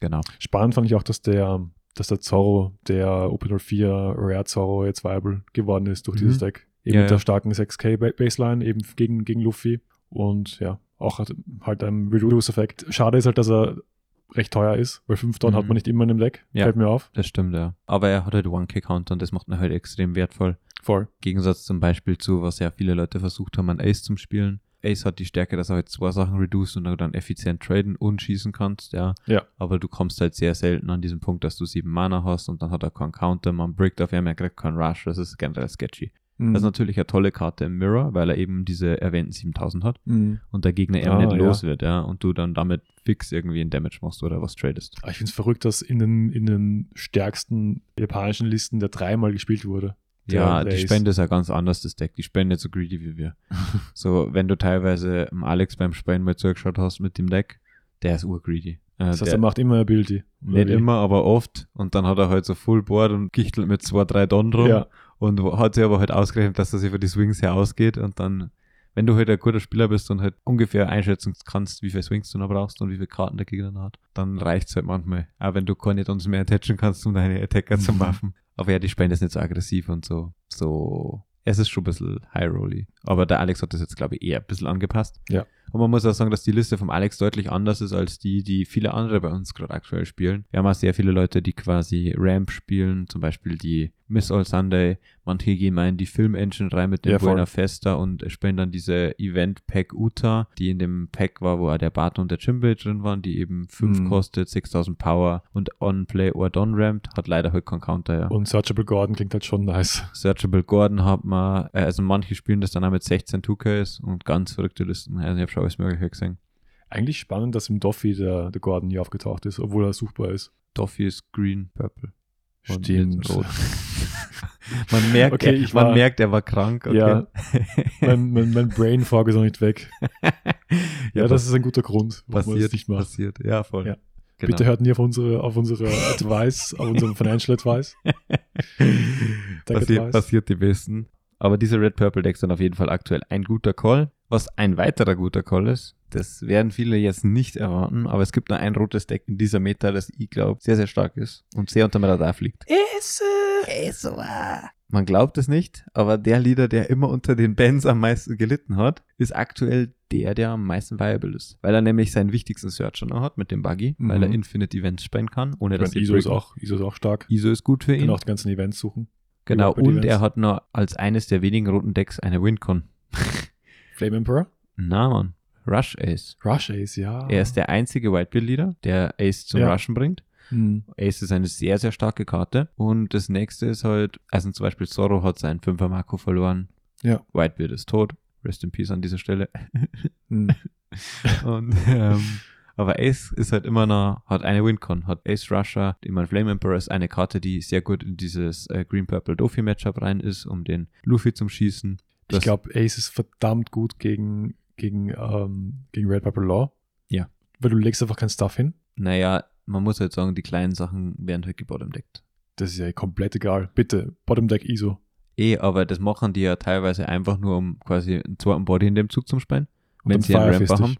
Speaker 1: Genau.
Speaker 2: Spannend fand ich auch, dass der, dass der Zorro, der OP04 Rare Zorro jetzt viable geworden ist durch
Speaker 1: Mhm.
Speaker 2: dieses Deck. Eben
Speaker 1: Ja,
Speaker 2: mit
Speaker 1: ja.
Speaker 2: der starken 6K Ba- Baseline, eben gegen, gegen Luffy. Und ja, auch hat, halt einem Reduce-Effekt. Schade ist halt, dass er recht teuer ist, weil 5 Tonnen
Speaker 1: Mhm.
Speaker 2: hat man nicht immer in dem Deck.
Speaker 1: Ja.
Speaker 2: Fällt mir auf.
Speaker 1: Das stimmt, ja. Aber er hat halt One-K-Counter und das macht ihn halt extrem wertvoll.
Speaker 2: Voll.
Speaker 1: Im Gegensatz zum Beispiel zu, was ja viele Leute versucht haben, an Ace zum Spielen. Ace hat die Stärke, dass er halt zwei Sachen reduced und du dann effizient traden und schießen kannst, ja.
Speaker 2: Ja.
Speaker 1: Aber du kommst halt sehr selten an diesen Punkt, dass du sieben Mana hast und dann hat er keinen Counter, man brickt auf ihn, er kriegt keinen Rush, das ist generell sketchy.
Speaker 2: Mhm.
Speaker 1: Das ist natürlich eine tolle Karte im Mirror, weil er eben diese erwähnten 7000 hat
Speaker 2: Mhm.
Speaker 1: und der Gegner eben
Speaker 2: Ah,
Speaker 1: nicht
Speaker 2: ja.
Speaker 1: los wird, ja. Und du dann damit fix irgendwie einen Damage machst oder was tradest.
Speaker 2: Aber ich finde es verrückt, dass in den, in den stärksten japanischen Listen der dreimal gespielt wurde.
Speaker 1: Ja,
Speaker 2: Der- der
Speaker 1: die
Speaker 2: ist-
Speaker 1: Spende ist ja ganz anders, das Deck. Die Spende nicht so greedy wie
Speaker 2: *laughs*
Speaker 1: wir. so, wenn du teilweise dem Alex beim Spenden mal zugeschaut hast mit dem Deck, der ist urgreedy. Äh,
Speaker 2: Das heißt, er
Speaker 1: der,
Speaker 2: macht immer Ability. oder
Speaker 1: nicht
Speaker 2: wie?
Speaker 1: immer, aber oft. Und dann hat er halt so Full Board und gichtelt mit zwei, drei Don drum.
Speaker 2: Ja,
Speaker 1: Und wo- hat sich aber halt ausgerechnet, dass das über die Swings her ausgeht. Und dann, wenn du halt ein guter Spieler bist und halt ungefähr einschätzen kannst, wie viele Swings du noch brauchst und wie viele Karten der Gegner noch hat, dann reicht's halt manchmal. Auch wenn du keine uns mehr attachen kannst, um deine Attacker zu
Speaker 2: *laughs* Mhm.
Speaker 1: buffen. Aber ja, die Spende ist nicht so aggressiv und so. So, es ist schon ein bisschen high-rolly. Aber der Alex hat das jetzt, glaube ich, eher ein bisschen angepasst.
Speaker 2: Ja.
Speaker 1: Und man muss auch sagen, dass die Liste vom Alex deutlich anders ist als die, die viele andere bei uns gerade aktuell spielen. Wir haben auch sehr viele Leute, die quasi Ramp spielen, zum Beispiel die Miss All Sunday. Manche gehen mal in die Film-Engine rein mit dem
Speaker 2: Ja, voll.
Speaker 1: Buena Festa und spielen dann diese Event-Pack Uta, die in dem Pack war, wo auch der Barton und der Jimbei drin waren, die eben 5
Speaker 2: Mhm.
Speaker 1: kostet, 6000 Power und On-Play or Don-Ramped, hat leider halt keinen Counter, ja.
Speaker 2: und Searchable Gordon klingt halt schon nice.
Speaker 1: Searchable Gordon hat man, äh, also manche spielen das dann auch mit 16 2Ks und ganz verrückte Listen. Also ich habe schon alles Mögliche gesehen.
Speaker 2: Eigentlich spannend, dass im Doffy der, der Gordon nie aufgetaucht ist, obwohl er suchbar ist.
Speaker 1: Doffy ist green, purple. und nicht rot.
Speaker 2: Rot.
Speaker 1: *laughs* man merkt,
Speaker 2: Okay,
Speaker 1: er,
Speaker 2: ich
Speaker 1: man
Speaker 2: war-
Speaker 1: merkt, er war krank. Okay. *laughs*
Speaker 2: Ja, *laughs* mein, mein, mein Brain fog ist noch nicht weg. Ja, das ist ein guter Grund, warum man
Speaker 1: passiert,
Speaker 2: das nicht macht.
Speaker 1: passiert. Ja, voll.
Speaker 2: Ja.
Speaker 1: Genau.
Speaker 2: Bitte hört nie auf unsere, auf unsere Advice, auf
Speaker 1: *laughs*
Speaker 2: unseren Financial Advice. Danke,
Speaker 1: passiert,
Speaker 2: Thais.
Speaker 1: passiert die besten. Aber diese Red-Purple-Decks sind auf jeden Fall aktuell ein guter Call. Was ein weiterer guter Call ist, das werden viele jetzt nicht erwarten, aber es gibt nur ein rotes Deck in dieser Meta, das ich glaube sehr, sehr stark ist und sehr unterm Radar fliegt. Man glaubt es nicht, aber der Leader, der immer unter den Bands am meisten gelitten hat, ist aktuell der, der am meisten viable ist. Weil er nämlich seinen wichtigsten Searcher noch hat mit dem Buggy,
Speaker 2: Mhm.
Speaker 1: weil er Infinite Events spenden kann, ohne
Speaker 2: Ich
Speaker 1: dass
Speaker 2: meine,
Speaker 1: sie
Speaker 2: ISO ist
Speaker 1: bricken.
Speaker 2: auch, ISO ist auch stark.
Speaker 1: ISO ist gut für ihn.
Speaker 2: Kann auch die ganzen Events suchen.
Speaker 1: Genau,
Speaker 2: Über- über die
Speaker 1: und er
Speaker 2: Events.
Speaker 1: hat nur als eines der wenigen roten Decks eine Wincon.
Speaker 2: Flame Emperor?
Speaker 1: Na man, Rush Ace.
Speaker 2: Rush Ace, ja.
Speaker 1: Er ist der einzige Whitebeard-Leader, der Ace zum
Speaker 2: Ah. Ja.
Speaker 1: Rushen bringt.
Speaker 2: Hm.
Speaker 1: Ace ist eine sehr, sehr starke Karte. Und das nächste ist halt, also zum Beispiel Zorro hat seinen 5er Marco verloren.
Speaker 2: Ja.
Speaker 1: Whitebeard ist tot. Rest in Peace an dieser
Speaker 2: *laughs*
Speaker 1: Stelle.
Speaker 2: Hm.
Speaker 1: Und, ähm, aber Ace ist halt immer noch, hat eine Wincon, hat Ace Rusher, den man Flame Emperor ist eine Karte, die sehr gut in dieses äh, Green-Purple-Dofi-Matchup rein ist, um den Luffy zum Schießen.
Speaker 2: Ich
Speaker 1: *laughs* Das-
Speaker 2: glaube, Ace ist verdammt gut gegen, gegen, ähm, gegen Red Purple Law.
Speaker 1: Ja.
Speaker 2: Weil du legst einfach kein Stuff hin.
Speaker 1: Naja, man muss halt sagen, die kleinen Sachen werden halt gebottomdeckt.
Speaker 2: Das ist ja komplett egal. Bitte, Bottom Deck ISO.
Speaker 1: Eh, aber das machen die ja teilweise einfach nur, um quasi einen zweiten Body in dem Zug zu spannen, wenn
Speaker 2: dann
Speaker 1: sie einen Ramper
Speaker 2: Firefistig.
Speaker 1: haben.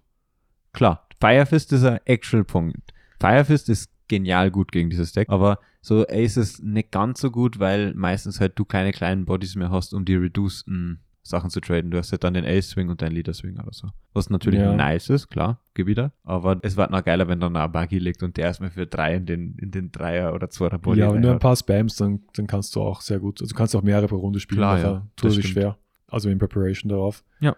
Speaker 1: Klar, Firefist ist ein actual Punkt. Firefist ist genial gut gegen dieses Deck, aber so Ace ist nicht ganz so gut, weil meistens halt du keine kleinen Bodies mehr hast, um die reduceden Sachen zu traden. Du hast halt dann den Ace-Swing und deinen Leader-Swing oder so. Was natürlich
Speaker 2: Ja.
Speaker 1: nice ist, klar, gib wieder. Aber es wird noch geiler, wenn dann noch ein Buggy liegt und der erstmal für drei in den, in den Dreier- oder Zweier-Body
Speaker 2: ja, wenn du
Speaker 1: reinhaut.
Speaker 2: ein paar Spams, dann, dann kannst du auch sehr gut, also du kannst auch mehrere pro Runde spielen,
Speaker 1: Klar,
Speaker 2: nachher
Speaker 1: ja, das
Speaker 2: tut es sich
Speaker 1: stimmt.
Speaker 2: schwer. Also in Preparation darauf.
Speaker 1: Ja.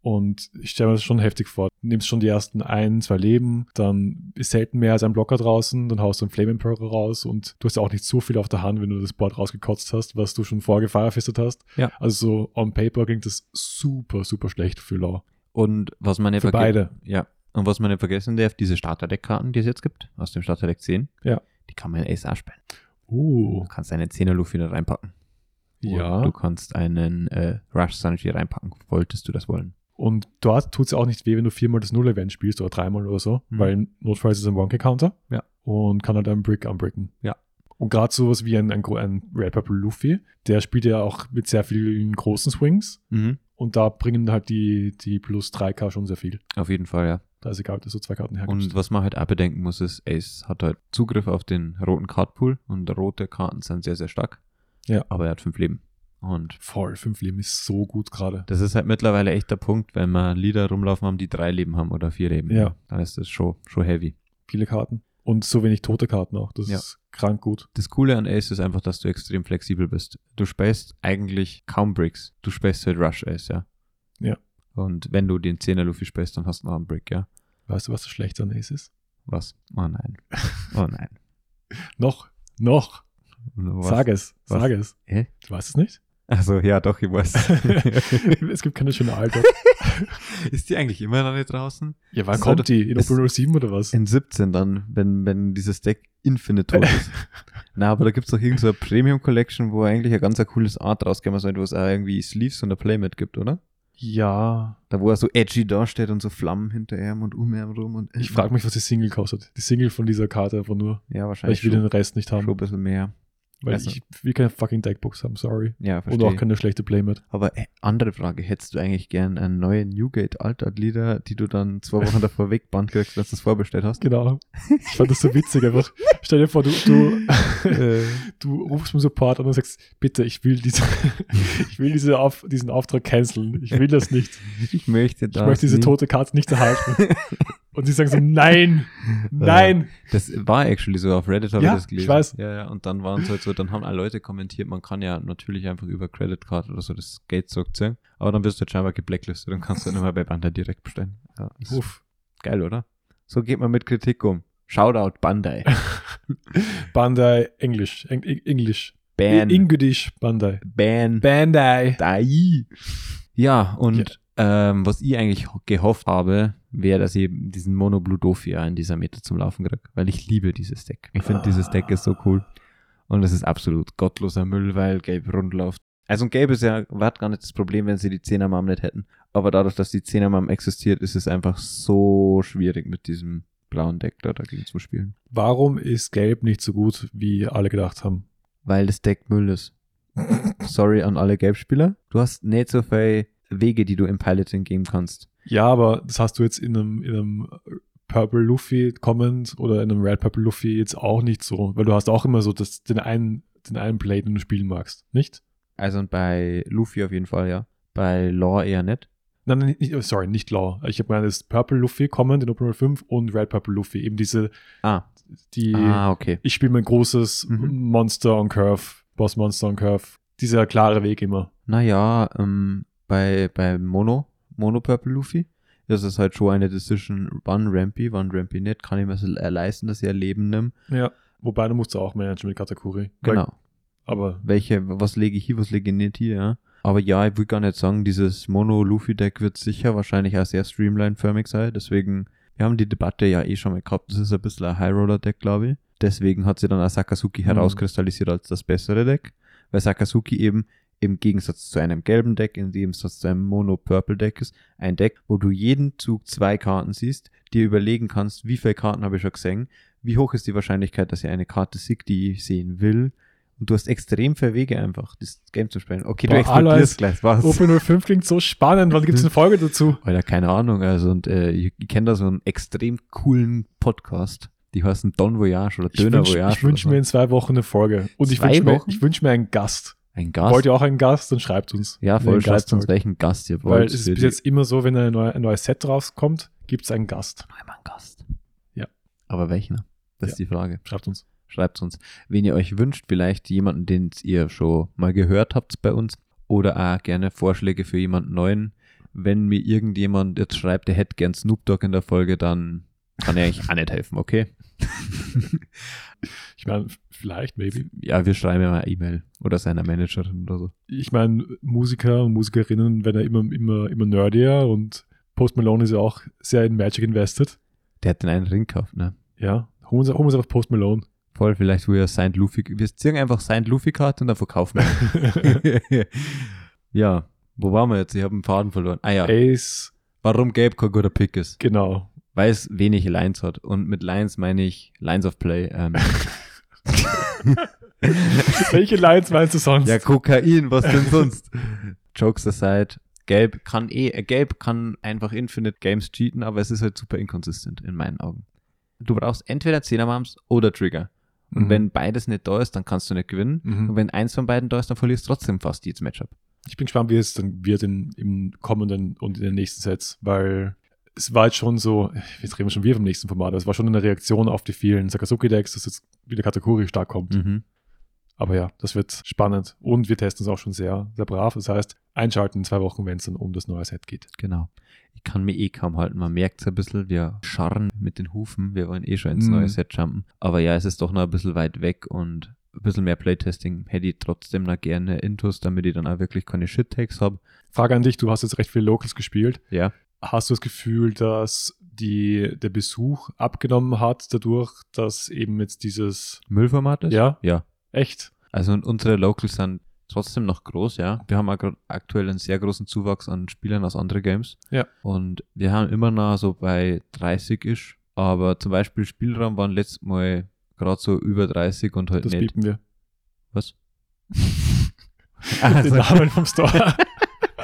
Speaker 2: Und ich stelle mir das schon heftig vor. Du nimmst schon die ersten ein, zwei Leben, dann ist selten mehr als ein Blocker draußen, dann haust du einen Flame Emperor raus und du hast ja auch nicht so viel auf der Hand, wenn du das Board rausgekotzt hast, was du schon vorher gefirefistet hast.
Speaker 1: Ja.
Speaker 2: Also so on paper klingt das super, super schlecht für Law.
Speaker 1: Und was man nicht
Speaker 2: Für
Speaker 1: verge-
Speaker 2: beide.
Speaker 1: Ja. Und was man nicht vergessen darf, diese Starterdeck-Karten, die es jetzt gibt, aus dem Starterdeck 10,
Speaker 2: Ja.
Speaker 1: die kann man in Ace auch spielen.
Speaker 2: Uh,
Speaker 1: Du kannst einen 10er Luffy da reinpacken. Und
Speaker 2: ja.
Speaker 1: Du kannst einen äh, Rush Sanji reinpacken, wolltest du das wollen.
Speaker 2: Und dort tut es auch nicht weh, wenn du viermal das Null-Event spielst oder dreimal oder so,
Speaker 1: Mhm.
Speaker 2: weil notfalls ist es ein Wonky-Counter
Speaker 1: Ja.
Speaker 2: und kann halt einen Brick unbricken.
Speaker 1: Ja.
Speaker 2: Und gerade sowas wie ein, ein, gro- ein Red Purple Luffy, der spielt ja auch mit sehr vielen großen Swings
Speaker 1: Mhm.
Speaker 2: und da bringen halt die, die plus 3K schon sehr viel.
Speaker 1: Auf jeden Fall, ja.
Speaker 2: Da ist egal, dass du zwei Karten hergibst.
Speaker 1: Und was man halt auch bedenken muss, ist, Ace hat halt Zugriff auf den roten Cardpool und rote Karten sind sehr, sehr stark.
Speaker 2: Ja.
Speaker 1: Aber er hat fünf Leben. Und
Speaker 2: Voll, fünf Leben ist so gut gerade.
Speaker 1: das ist halt mittlerweile echt der Punkt, wenn wir Lieder rumlaufen haben, die drei Leben haben oder vier Leben.
Speaker 2: Ja.
Speaker 1: Dann ist das schon, schon heavy.
Speaker 2: Viele Karten. Und so wenig tote Karten auch. Das
Speaker 1: Ja.
Speaker 2: ist krank gut.
Speaker 1: Das Coole an Ace ist einfach, dass du extrem flexibel bist. Du späst eigentlich kaum Bricks. Du späst halt Rush Ace, ja.
Speaker 2: Ja.
Speaker 1: Und wenn du den 10er Luffy späst, dann hast du noch einen Brick, ja.
Speaker 2: Weißt du, was das Schlechte an Ace ist?
Speaker 1: Was? Oh *laughs* nein. Oh nein.
Speaker 2: Noch, noch.
Speaker 1: Was?
Speaker 2: Sag es,
Speaker 1: Was?
Speaker 2: sag es.
Speaker 1: Hä?
Speaker 2: Du weißt es nicht?
Speaker 1: Also, ja, doch, ich *laughs* weiß.
Speaker 2: *laughs* es gibt keine schöne Alter.
Speaker 1: ist die eigentlich immer noch nicht draupen?
Speaker 2: Ja,
Speaker 1: wann
Speaker 2: wann
Speaker 1: kommt
Speaker 2: kommt die? In
Speaker 1: es-
Speaker 2: Open 07 oder was?
Speaker 1: In 17 dann, wenn, wenn dieses Deck Infinite tot *laughs* ist. Na, aber da gibt's doch irgend so eine Premium Collection, wo eigentlich ein ganz ein cooles Art rausgekommen sein, wo es auch irgendwie Sleeves und ein Playmat gibt, oder?
Speaker 2: Ja.
Speaker 1: Da, wo er so edgy dasteht und so Flammen hinter ihm und um ihm rum und.
Speaker 2: Ich frage mich, was die Single kostet. Die Single von dieser Karte einfach nur.
Speaker 1: Ja,
Speaker 2: Weil
Speaker 1: wahrscheinlich.
Speaker 2: ich will den
Speaker 1: schon,
Speaker 2: Rest nicht
Speaker 1: schon
Speaker 2: haben.
Speaker 1: ein bisschen mehr.
Speaker 2: Weil
Speaker 1: also-
Speaker 2: ich will keine fucking Deckbox haben, sorry.
Speaker 1: Ja,
Speaker 2: Und auch
Speaker 1: verstehe.
Speaker 2: keine schlechte Playmat.
Speaker 1: Aber äh, andere Frage, hättest du eigentlich gern einen neuen Newgate Altart Lieder, die du dann zwei
Speaker 2: *laughs*
Speaker 1: Wochen davor wegbannt kriegst, dass du es vorbestellt hast?
Speaker 2: Genau. Ich fand das so witzig einfach. Stell dir vor, du, du,
Speaker 1: äh,
Speaker 2: *laughs* du rufst beim Support an und sagst, bitte, ich will, diese, *laughs* ich will diese Auf, diesen Auftrag canceln. Ich will das nicht.
Speaker 1: ich möchte
Speaker 2: Ich
Speaker 1: das.
Speaker 2: möchte diese
Speaker 1: nicht.
Speaker 2: tote Karte nicht erhalten. und sie sagen so, nein, nein.
Speaker 1: Das war actually so, auf Reddit habe
Speaker 2: Ja,
Speaker 1: ich das gelesen.
Speaker 2: ich weiß.
Speaker 1: Ja, ja, und dann waren es halt so, dann haben alle Leute kommentiert, man kann ja natürlich einfach über Credit Card oder so das Geld zurückziehen, aber dann wirst du halt scheinbar geblacklistet und kannst dann immer bei Banda direkt bestellen. Ja, das ist
Speaker 2: Uff.
Speaker 1: geil, oder? So geht man mit Kritik um. Shoutout
Speaker 2: *laughs*
Speaker 1: Bandai.
Speaker 2: Bandai, Englisch. Eng Eng- Englisch.
Speaker 1: Ban.
Speaker 2: Ingüdisch, Bandai.
Speaker 1: Ban.
Speaker 2: Bandai.
Speaker 1: Dai. Ja, und Ähm, was ich eigentlich ho- gehofft habe, wäre, dass ich eben diesen Mono Blue Dofia in dieser Meta zum Laufen kriege, weil ich liebe dieses Deck. Ich finde, dieses Deck ist so cool. Und es ist absolut gottloser Müll, weil Gelb rund läuft. Also, und Gelb ist ja, war gar nicht das Problem, wenn sie die 10er Mom nicht hätten. Aber dadurch, dass die 10er Mom existiert, ist es einfach so schwierig mit diesem blauen Deck da dagegen zu spielen.
Speaker 2: Warum ist Gelb nicht so gut, wie alle gedacht haben?
Speaker 1: Weil das Deck Müll ist. Sorry an alle Gelbspieler. Du hast nicht so viele Wege, die du im Piloting geben kannst.
Speaker 2: Ja, aber das hast du jetzt in einem, in einem äh, Purple Luffy kommend oder in einem Red Purple Luffy jetzt auch nicht so, weil du hast auch immer so das, den einen, den einen Play, den du spielen magst, nicht?
Speaker 1: Also und bei Luffy auf jeden Fall, ja. Bei Law eher nicht.
Speaker 2: Nein, nein, nicht, oh, sorry, nicht Law. Ich habe gemeint, das ist Purple Luffy kommend in Open World 5 und Red Purple Luffy. Eben diese,
Speaker 1: Ah,
Speaker 2: die,
Speaker 1: ah okay.
Speaker 2: ich spiele mein großes
Speaker 1: Mhm.
Speaker 2: Monster on Curve, Boss Monster on Curve. Dieser klare Weg immer.
Speaker 1: Naja, ähm, bei, bei Mono, Mono Purple Luffy, das ist halt schon eine Decision, wann Rampy, wann Rampy nicht, kann ich mir das le- leisten, dass ich ihr Leben nehme.
Speaker 2: Ja. Wobei, du musst du auch managen mit Katakuri. Weil,
Speaker 1: Genau.
Speaker 2: aber
Speaker 1: Welche, was lege ich hier, was lege ich nicht hier, ja. Aber ja, ich will gar nicht sagen, dieses Mono Luffy Deck wird sicher wahrscheinlich auch sehr streamline-förmig sein, deswegen, wir haben die Debatte ja eh schon mal gehabt, das ist ein bisschen ein High Roller Deck, glaube ich. Deswegen hat sie dann auch Sakazuki
Speaker 2: Mhm.
Speaker 1: herauskristallisiert als das bessere Deck, weil Sakazuki eben im Gegensatz zu einem gelben Deck, im Gegensatz zu einem Mono-Purple-Deck ist, ein Deck, wo du jeden Zug zwei Karten siehst, dir überlegen kannst, wie viele Karten habe ich schon gesehen, wie hoch ist die Wahrscheinlichkeit, dass ich eine Karte sieg, die ich sehen will. Und du hast extrem viele Wege einfach, das Game zu spielen. Okay, du
Speaker 2: Boah,
Speaker 1: explodierst gleich, was?
Speaker 2: Open 05 klingt so spannend. Wann gibt es eine Folge dazu?
Speaker 1: Alter, keine Ahnung. Also, und äh, ich, ich kenne da so einen extrem coolen Podcast, die heißen Don Voyage oder
Speaker 2: Ich
Speaker 1: Döner
Speaker 2: wünsch-
Speaker 1: Voyage.
Speaker 2: ich wünsche
Speaker 1: oder
Speaker 2: mir
Speaker 1: so.
Speaker 2: in zwei Wochen eine Folge. Und ich
Speaker 1: Zwei
Speaker 2: wünsche mir,
Speaker 1: Wochen?
Speaker 2: ich wünsch mir einen Gast.
Speaker 1: ein Gast.
Speaker 2: Wollt ihr auch einen Gast? Dann schreibt uns.
Speaker 1: ja,
Speaker 2: Wenn ihr
Speaker 1: voll
Speaker 2: einen
Speaker 1: schreibt
Speaker 2: Gast
Speaker 1: uns,
Speaker 2: wollt.
Speaker 1: welchen Gast ihr wollt.
Speaker 2: Weil es ist
Speaker 1: für
Speaker 2: bis
Speaker 1: die-
Speaker 2: jetzt immer so, wenn ein, neuer, ein neues Set rauskommt, gibt es einen Gast.
Speaker 1: Einmal ein Gast.
Speaker 2: Ja.
Speaker 1: Aber welchen? Das ist die Frage.
Speaker 2: Schreibt uns.
Speaker 1: Schreibt uns, wen ihr euch wünscht, vielleicht jemanden, den ihr schon mal gehört habt bei uns oder auch gerne Vorschläge für jemanden neuen. Wenn mir irgendjemand jetzt schreibt, der hätte gern Snoop Dogg in der Folge, dann kann er eigentlich auch nicht helfen, okay?
Speaker 2: Ich meine, vielleicht, maybe.
Speaker 1: Ja, wir schreiben ja mal eine E-Mail oder seiner Managerin oder so.
Speaker 2: Ich meine, Musiker und Musikerinnen werden ja immer, immer, immer nerdier und Post Malone ist ja auch sehr in Magic invested.
Speaker 1: Der hat den einen Ring gekauft, ne?
Speaker 2: Ja, holen uns, holen uns einfach
Speaker 1: *laughs*
Speaker 2: Post Malone.
Speaker 1: Voll, vielleicht wo ihr Saint Luffy, wir ziehen einfach Saint Luffy Karte und dann verkaufen wir. ja, Wo waren wir jetzt? Ich habe einen Faden verloren. Ah ja,
Speaker 2: Ace,
Speaker 1: warum Gabe kein guter Pick ist.
Speaker 2: genau.
Speaker 1: Weil es wenig Lines hat. Und mit Lines meine ich Lines of Play.
Speaker 2: *laughs*
Speaker 1: Ähm,
Speaker 2: Welche Lines meinst du sonst?
Speaker 1: ja, Kokain, was denn sonst? Jokes aside, Gabe kann eh, äh, Gabe kann einfach Infinite Games cheaten, aber es ist halt super inkonsistent in meinen Augen. Du brauchst entweder 10er Moms oder Trigger. Und
Speaker 2: Mhm.
Speaker 1: wenn beides nicht da ist, dann kannst du nicht gewinnen.
Speaker 2: Mhm.
Speaker 1: Und wenn eins von beiden da ist, dann verlierst du trotzdem fast jedes Matchup.
Speaker 2: Ich bin gespannt, wie es dann wird in, im kommenden und in den nächsten Sets, weil es war jetzt schon so, jetzt reden wir schon wieder vom nächsten Format, aber es war schon eine Reaktion auf die vielen Sakazuki-Decks, dass jetzt wieder Katakuri stark
Speaker 1: Mhm.
Speaker 2: kommt. Aber ja, das wird spannend und wir testen es auch schon sehr, sehr brav. Das heißt, einschalten in zwei Wochen, wenn es dann um das neue Set geht.
Speaker 1: Genau. Ich kann mir eh kaum halten. Man merkt es ein bisschen, wir scharren mit den Hufen. Wir wollen eh schon ins
Speaker 2: Mhm.
Speaker 1: neue Set jumpen. Aber ja, es ist doch noch ein bisschen weit weg und ein bisschen mehr Playtesting hätte ich trotzdem noch gerne intus, damit ich dann auch wirklich keine Shit-Tags habe.
Speaker 2: Frage an dich, du hast jetzt recht viele Locals gespielt.
Speaker 1: Ja.
Speaker 2: Hast du das Gefühl, dass die, der Besuch abgenommen hat dadurch, dass eben jetzt dieses,
Speaker 1: Müllformat ist?
Speaker 2: ja,
Speaker 1: Ja.
Speaker 2: echt?
Speaker 1: Also und unsere Locals sind trotzdem noch groß, ja. Wir haben auch grad aktuell einen sehr großen Zuwachs an Spielern aus anderen Games.
Speaker 2: Ja.
Speaker 1: Und wir haben immer noch so bei 30 ish aber zum Beispiel Spielraum waren letztes Mal gerade so über 30 und heute
Speaker 2: Das
Speaker 1: nicht. *laughs*
Speaker 2: piepen wir.
Speaker 1: Was? *laughs* Also,
Speaker 2: Den Namen vom Store. *laughs*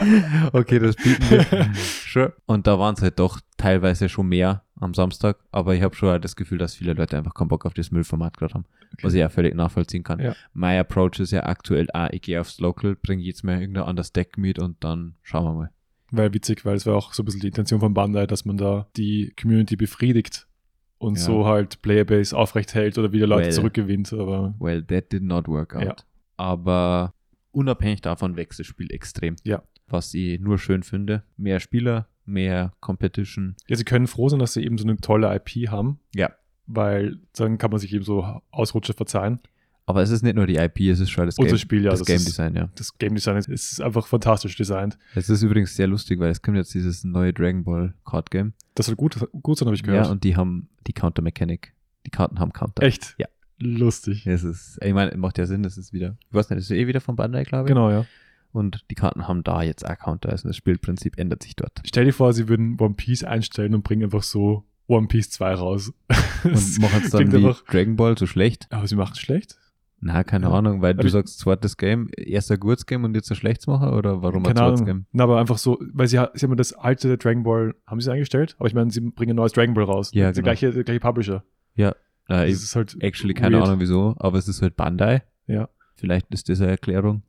Speaker 1: okay, das bieten wir. sure. Und da waren es halt doch teilweise schon mehr am Samstag, aber ich habe schon auch das Gefühl, dass viele Leute einfach keinen Bock auf das Müllformat gerade haben, was ich ja völlig nachvollziehen kann.
Speaker 2: Ja.
Speaker 1: My Approach ist ja aktuell auch, ich gehe aufs Local, bringe jetzt mal irgendein anderes Deck mit und dann schauen wir mal.
Speaker 2: Weil witzig, weil es war auch so ein bisschen die Intention von Bandai, dass man da die Community befriedigt und
Speaker 1: Ja.
Speaker 2: so halt Playerbase aufrecht hält oder wieder Leute
Speaker 1: Well.
Speaker 2: zurückgewinnt. Aber
Speaker 1: Well, that did not work out.
Speaker 2: Ja.
Speaker 1: Aber unabhängig davon wächst das Spiel extrem.
Speaker 2: Ja.
Speaker 1: Was ich nur schön finde. Mehr Spieler, mehr Competition.
Speaker 2: ja, sie können froh sein, dass sie eben so eine tolle IP haben.
Speaker 1: Ja.
Speaker 2: Weil dann kann man sich eben so Ausrutsche verzeihen.
Speaker 1: Aber es ist nicht nur die IP, es ist schon das
Speaker 2: Und
Speaker 1: Game,
Speaker 2: das Spiel, ja.
Speaker 1: das
Speaker 2: Das,
Speaker 1: Game
Speaker 2: ist,
Speaker 1: Design, ja.
Speaker 2: das Game Design ist, ist einfach fantastisch designt.
Speaker 1: Es ist übrigens sehr lustig, weil es kommt jetzt dieses neue Dragon Ball Card Game.
Speaker 2: Das soll gut, gut sein, habe ich gehört.
Speaker 1: Ja, und die haben die Counter Mechanic. Die Karten haben Counter.
Speaker 2: Echt?
Speaker 1: Ja.
Speaker 2: Lustig.
Speaker 1: Es ist, ich meine, macht ja Sinn, das ist wieder, ich weiß nicht, das ist eh wieder von Bandai, glaube ich.
Speaker 2: Genau, ja.
Speaker 1: Und die Karten haben da jetzt auch Counter, also das Spielprinzip ändert sich dort.
Speaker 2: Stell dir vor, sie würden One Piece einstellen und bringen einfach so One Piece 2 raus. *laughs*
Speaker 1: Und machen es dann
Speaker 2: klingt
Speaker 1: wie
Speaker 2: einfach-
Speaker 1: Dragon Ball so schlecht?
Speaker 2: Aber sie machen es schlecht?
Speaker 1: Na, keine
Speaker 2: Ja.
Speaker 1: Ahnung, weil
Speaker 2: Aber
Speaker 1: du
Speaker 2: ich-
Speaker 1: sagst, zweites Game, erst ein gutes Game und jetzt ein schlechtes machen oder warum ein
Speaker 2: Keine
Speaker 1: zweites
Speaker 2: Ahnung.
Speaker 1: Game?
Speaker 2: Na, aber einfach so, weil sie, ha- sie haben ja das alte Dragon Ball, haben sie es eingestellt? Aber ich meine, sie bringen ein neues Dragon Ball raus.
Speaker 1: Ja,
Speaker 2: Das ist der
Speaker 1: genau.
Speaker 2: gleiche, der gleiche Publisher.
Speaker 1: Na,
Speaker 2: Das
Speaker 1: ich,
Speaker 2: ist halt
Speaker 1: actually keine
Speaker 2: weird.
Speaker 1: Ahnung wieso, aber es ist halt Bandai.
Speaker 2: Ja.
Speaker 1: Vielleicht ist das eine Erklärung.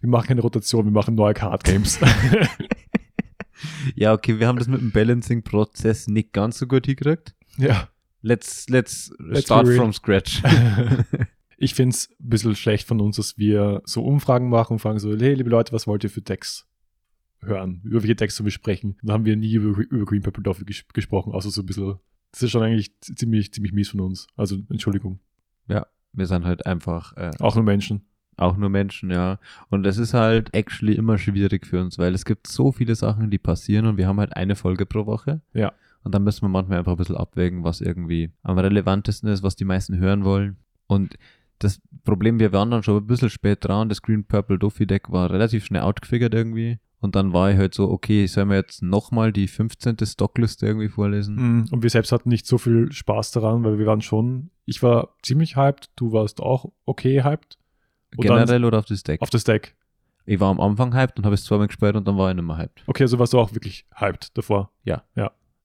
Speaker 2: Wir machen keine Rotation, wir machen neue Card Games.
Speaker 1: *laughs* Ja, okay, wir haben das mit dem Balancing-Prozess nicht ganz so gut hingekriegt.
Speaker 2: ja.
Speaker 1: Let's, let's,
Speaker 2: Let's
Speaker 1: start
Speaker 2: be real.
Speaker 1: from scratch.
Speaker 2: Ich finde es ein bisschen schlecht von uns, dass wir so Umfragen machen und fragen so, hey, liebe Leute, was wollt ihr für Decks hören? Über welche Decks sollen wir sprechen? Und Da haben wir nie über, über Green Purple Doffel ges gesprochen, außer so ein bisschen. Das ist schon eigentlich z- ziemlich, ziemlich mies von uns. Also, Entschuldigung.
Speaker 1: Wir sind halt einfach äh,
Speaker 2: Auch nur Menschen.
Speaker 1: auch nur Menschen, ja. Und es ist halt actually immer schwierig für uns, weil es gibt so viele Sachen, die passieren und wir haben halt eine Folge pro Woche.
Speaker 2: Ja.
Speaker 1: Und dann müssen wir manchmal einfach ein bisschen abwägen, was irgendwie am relevantesten ist, was die meisten hören wollen. Und das Problem, wir waren dann schon ein bisschen spät dran. Das Green Purple Doffy Deck war relativ schnell outgefiggert irgendwie. Und dann war ich halt so, okay, sollen wir jetzt nochmal die 15. Stockliste irgendwie vorlesen?
Speaker 2: Mm, Und wir selbst hatten nicht so viel Spaß daran, weil wir waren schon, ich war ziemlich hyped, du warst auch okay hyped Und dann-
Speaker 1: Generell oder auf das Deck?
Speaker 2: auf das Deck.
Speaker 1: Ich war am Anfang hyped und habe es zweimal gespielt und dann war ich nicht mehr hyped.
Speaker 2: Okay, also warst du auch wirklich hyped davor.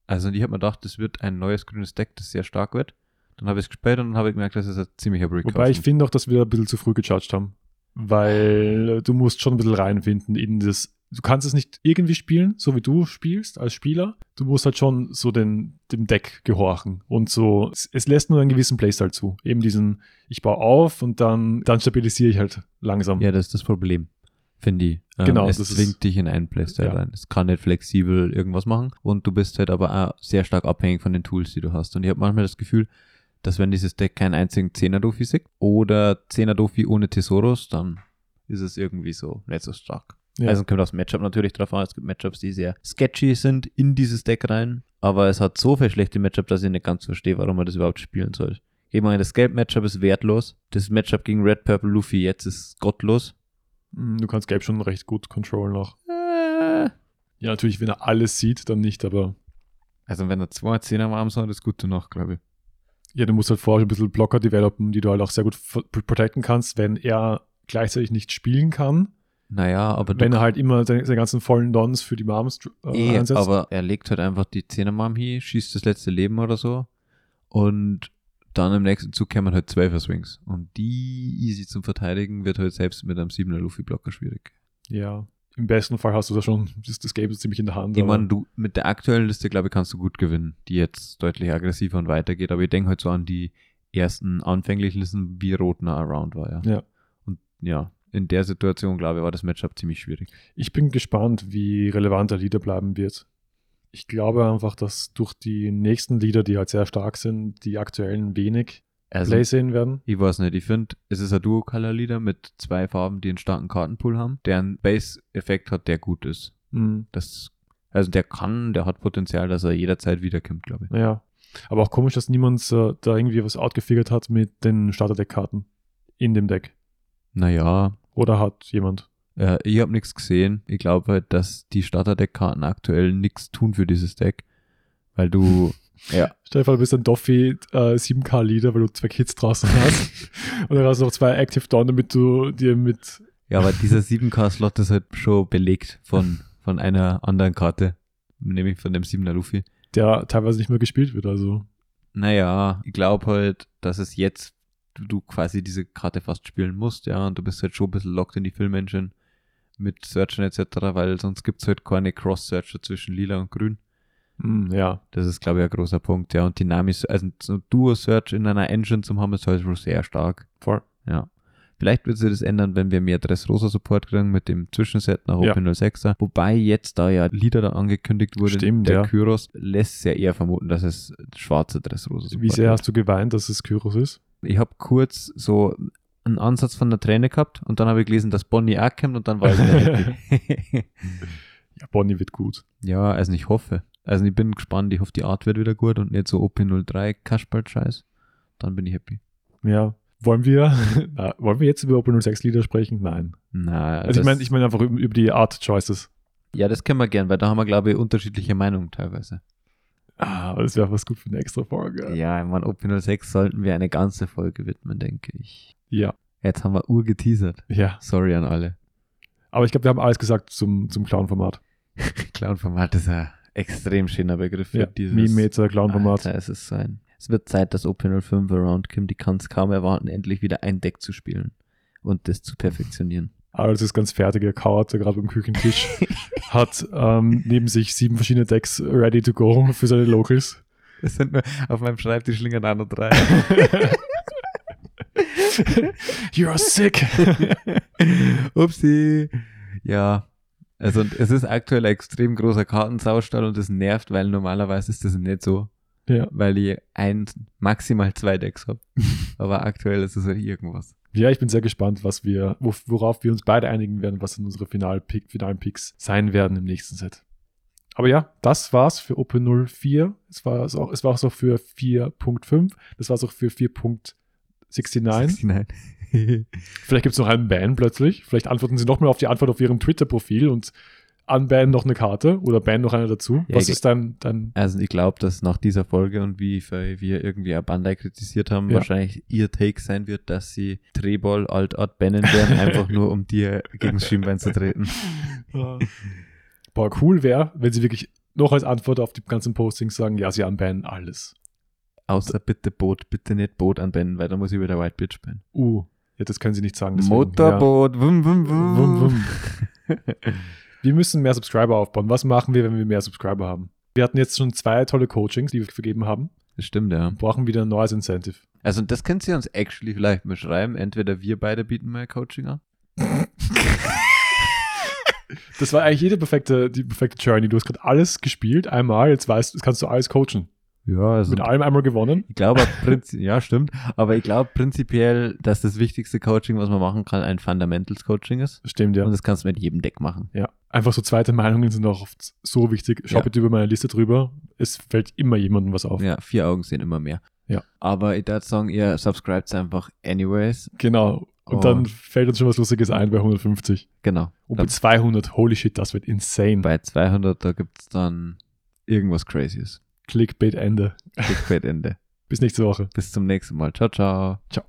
Speaker 1: Also ich habe mir gedacht, das wird ein neues grünes Deck, das sehr stark wird. Dann habe ich es gespielt und dann habe ich gemerkt, das ist ein ziemlicher Break.
Speaker 2: Wobei ich finde auch, dass wir da ein bisschen zu früh gejudged haben. Weil äh, du musst schon ein bisschen reinfinden in das. Du kannst es nicht irgendwie spielen, so wie du spielst als Spieler. Du musst halt schon so den, dem Deck gehorchen. Und so, es, es lässt nur einen gewissen Playstyle zu. Eben diesen, ich baue auf und dann, dann stabilisiere ich halt langsam.
Speaker 1: ja, das ist das Problem, finde ich. Ähm,
Speaker 2: Genau,
Speaker 1: es
Speaker 2: das ist-
Speaker 1: zwingt dich in einen Playstyle
Speaker 2: Ja.
Speaker 1: rein. Es kann nicht flexibel irgendwas machen und du bist halt aber auch sehr stark abhängig von den Tools, die du hast. Und ich habe manchmal das Gefühl, dass wenn dieses Deck keinen einzigen 10er Dofi sieht oder 10er Dofi ohne Tesoros, dann ist es irgendwie so nicht so stark.
Speaker 2: Ja.
Speaker 1: Also kommt das Matchup natürlich drauf an. Es gibt Matchups, die sehr sketchy sind in dieses Deck rein. Aber es hat so viel schlechte Matchup, dass ich nicht ganz verstehe, warum man das überhaupt spielen soll. Ich meine, das Gelb-Matchup ist wertlos. Das Matchup gegen Red Purple Luffy jetzt ist gottlos.
Speaker 2: Mm, du kannst Gelb schon recht gut controllen auch.
Speaker 1: Äh,
Speaker 2: Ja, natürlich, wenn er alles sieht, dann nicht, aber
Speaker 1: Also wenn er zwei Zehner am Arm sind, ist gut danach, glaube ich.
Speaker 2: ja, du musst halt vorher schon ein bisschen Blocker developen, die du halt auch sehr gut f- protecten kannst, wenn er gleichzeitig nicht spielen kann.
Speaker 1: Naja, aber du
Speaker 2: wenn er halt immer seine, seine ganzen vollen Dons für die Moms äh,
Speaker 1: Eh,
Speaker 2: einsetzt.
Speaker 1: aber er legt halt einfach die Zehnermarm hier, schießt das letzte Leben oder so. Und dann im nächsten Zug kämen halt Zwölfer Swings. Und die easy zum Verteidigen wird halt selbst mit einem 7er Luffy-Blocker schwierig.
Speaker 2: ja, im besten Fall hast du da schon das, das Game so ziemlich in der Hand.
Speaker 1: Ich
Speaker 2: aber-
Speaker 1: meine, du, mit der aktuellen Liste, glaube ich, kannst du gut gewinnen, die jetzt deutlich aggressiver und weitergeht. Aber ich denke halt so an die ersten anfänglichen Listen, wie Rotner around war, ja.
Speaker 2: Ja.
Speaker 1: Und ja, in der Situation, glaube ich, war das Matchup ziemlich schwierig.
Speaker 2: Ich bin gespannt, wie relevant der Leader bleiben wird. Ich glaube einfach, dass durch die nächsten Leader, die halt sehr stark sind, die aktuellen wenig
Speaker 1: Also,
Speaker 2: Play sehen werden.
Speaker 1: Ich weiß nicht, ich finde, es ist ein Duo-Color-Leader mit zwei Farben, die einen starken Kartenpool haben, der einen Base-Effekt hat, der gut ist.
Speaker 2: Mhm.
Speaker 1: Das, also der kann, der hat Potenzial, dass er jederzeit wiederkommt, glaube ich.
Speaker 2: Naja. Aber auch komisch, dass niemand äh, da irgendwie was outgefigert hat mit den Starterdeckkarten in dem Deck.
Speaker 1: Naja,
Speaker 2: Oder hat jemand?
Speaker 1: äh, ich habe nichts gesehen. Ich glaube halt, dass die Starterdeck-Karten aktuell nichts tun für dieses Deck, weil du, ja,
Speaker 2: Stell dir vor, du bist ein Doffy äh, 7K-Leader, weil du zwei Kids draußen *laughs* hast. Und dann hast du noch zwei Active Down, damit du dir mit.
Speaker 1: ja, aber dieser 7K-Slot ist halt schon belegt von, von einer anderen Karte, nämlich von dem 7er Luffy.
Speaker 2: der teilweise nicht mehr gespielt wird. Also
Speaker 1: Naja, ich glaube halt, dass es jetzt, du, du quasi diese Karte fast spielen musst, ja, und du bist halt schon ein bisschen locked in die Filmengine mit Searchen etc., weil sonst gibt's halt keine Cross-Searcher zwischen lila und grün.
Speaker 2: mm, ja,
Speaker 1: Das ist, glaube ich, ein großer Punkt, ja. Und Dynamis, also so Duo-Search in einer Engine zum haben, ist halt schon sehr stark,
Speaker 2: voll.
Speaker 1: ja. Vielleicht wird sich das ändern, wenn wir mehr Dressrosa-Support kriegen mit dem Zwischenset nach
Speaker 2: Ja.
Speaker 1: Open 06er. Wobei jetzt, da ja Lieder dann angekündigt wurde,
Speaker 2: Stimmt,
Speaker 1: der
Speaker 2: ja.
Speaker 1: Kyros, lässt sehr eher vermuten, dass es schwarze Dressrosa-Support
Speaker 2: Wie sehr
Speaker 1: wird.
Speaker 2: hast du geweint, dass es Kyros ist?
Speaker 1: ich habe kurz so einen Ansatz von der Träne gehabt und dann habe ich gelesen, dass Bonnie auch kommt und dann war ich wieder
Speaker 2: *laughs*
Speaker 1: happy.
Speaker 2: Ja, Bonnie wird gut.
Speaker 1: ja, also ich hoffe. Also ich bin gespannt, ich hoffe, die Art wird wieder gut und nicht so OP03 Kasperl-Scheiß. Dann bin ich happy.
Speaker 2: Ja. Wollen wir, *laughs* na, wollen wir jetzt über Open 06 Lieder sprechen? Nein.
Speaker 1: Na,
Speaker 2: Also ich
Speaker 1: das-
Speaker 2: meine ich mein einfach über, über die Art Choices.
Speaker 1: ja, das können wir gern, weil da haben wir, glaube ich, unterschiedliche Meinungen teilweise.
Speaker 2: Ah, aber das wäre was gut für eine extra
Speaker 1: Ja,
Speaker 2: Folge.
Speaker 1: ich meine, OP06 sollten wir eine ganze Folge widmen, denke ich.
Speaker 2: Ja.
Speaker 1: Jetzt haben wir urgeteasert.
Speaker 2: ja.
Speaker 1: Sorry an alle.
Speaker 2: Aber ich glaube, wir haben alles gesagt zum, zum Clown-Format.
Speaker 1: Clown-Format ist ein extrem schöner Begriff für
Speaker 2: Ja.
Speaker 1: dieses.
Speaker 2: Meme-Meter, Clown-Format.
Speaker 1: Alter, es ist sein. Es wird Zeit, dass OP05 Around Kim, die kann es kaum erwarten, endlich wieder ein Deck zu spielen und das zu perfektionieren.
Speaker 2: Aber das ist ganz fertig. Er kauert da gerade beim *laughs* Küchentisch. hat ähm, neben sich sieben verschiedene Decks ready to go für seine Locals.
Speaker 1: *laughs* Es sind nur auf meinem Schreibtisch liegen an und *laughs* drei.
Speaker 2: *laughs* You're sick.
Speaker 1: Upsi. Ja. Also und es ist aktuell ein extrem großer Kartensaustall und das nervt, weil normalerweise ist das nicht so,
Speaker 2: ja.
Speaker 1: weil ich ein, maximal zwei Decks *laughs* habe. Aber aktuell ist es halt irgendwas.
Speaker 2: ja, ich bin sehr gespannt, was wir, wo- worauf wir uns beide einigen werden, was dann unsere Final-Pick, finalen Picks sein werden im nächsten Set. Aber ja, das war's für Open 04. Es war es auch, es war es auch für 4.5. Das war's auch für 4.69.
Speaker 1: *laughs* 69.
Speaker 2: Vielleicht gibt's noch einen Ban plötzlich. Vielleicht antworten sie nochmal auf die Antwort auf ihrem Twitter-Profil und unban noch eine Karte oder ban noch eine dazu.
Speaker 1: Ja,
Speaker 2: was
Speaker 1: ich-
Speaker 2: ist dein, dein
Speaker 1: Also ich glaube, dass nach dieser Folge und wie viel wir irgendwie auch Bandai kritisiert haben,
Speaker 2: Ja.
Speaker 1: wahrscheinlich ihr Take sein wird, dass sie Trebol alt Art bannen *laughs* werden, einfach nur um dir gegen das Schienbein zu treten.
Speaker 2: *laughs* Boah, cool wäre, wenn sie wirklich noch als Antwort auf die ganzen Postings sagen, ja, sie anbannen alles.
Speaker 1: Außer bitte Boot, bitte nicht Boot anbannen, weil dann muss ich wieder White Bitch bannen.
Speaker 2: Uh, ja, das können sie nicht sagen. deswegen,
Speaker 1: Motorboot, wum, wum,
Speaker 2: Ja.
Speaker 1: wum.
Speaker 2: Wum, wum. *laughs* Wir müssen mehr Subscriber aufbauen. Was machen wir, wenn wir mehr Subscriber haben? Wir hatten jetzt schon zwei tolle Coachings, die wir vergeben haben.
Speaker 1: Das stimmt, ja.
Speaker 2: Wir brauchen wieder ein neues Incentive.
Speaker 1: Also das könnt ihr uns actually vielleicht mal schreiben. Entweder wir beide bieten mal Coaching an.
Speaker 2: Das war eigentlich jede perfekte, die perfekte Journey. Du hast gerade alles gespielt, einmal, jetzt weißt jetzt kannst du alles coachen.
Speaker 1: Ja, also
Speaker 2: Mit allem einmal gewonnen.
Speaker 1: Ich *laughs* glaube, prinzi- ja, stimmt. Aber ich glaube prinzipiell, dass das wichtigste Coaching, was man machen kann, ein Fundamentals-Coaching ist.
Speaker 2: Stimmt, ja.
Speaker 1: Und das kannst du mit jedem Deck machen.
Speaker 2: Ja, einfach so zweite Meinungen sind auch oft so wichtig. Schau
Speaker 1: Ja.
Speaker 2: bitte über meine Liste drüber. Es fällt immer jemandem was auf.
Speaker 1: Ja, vier Augen sehen immer mehr.
Speaker 2: Ja.
Speaker 1: Aber ich würde sagen, ihr subscribt einfach anyways.
Speaker 2: Genau. Und dann fällt uns schon was Lustiges ein bei 150.
Speaker 1: Genau.
Speaker 2: Und bei
Speaker 1: Oh. Dann
Speaker 2: 200, holy shit, das wird insane.
Speaker 1: bei 200, da gibt es dann irgendwas Crazyes.
Speaker 2: Clickbait Ende.
Speaker 1: Clickbait-Ende.
Speaker 2: Bis nächste Woche.
Speaker 1: Bis zum nächsten Mal. Ciao, ciao.
Speaker 2: Ciao.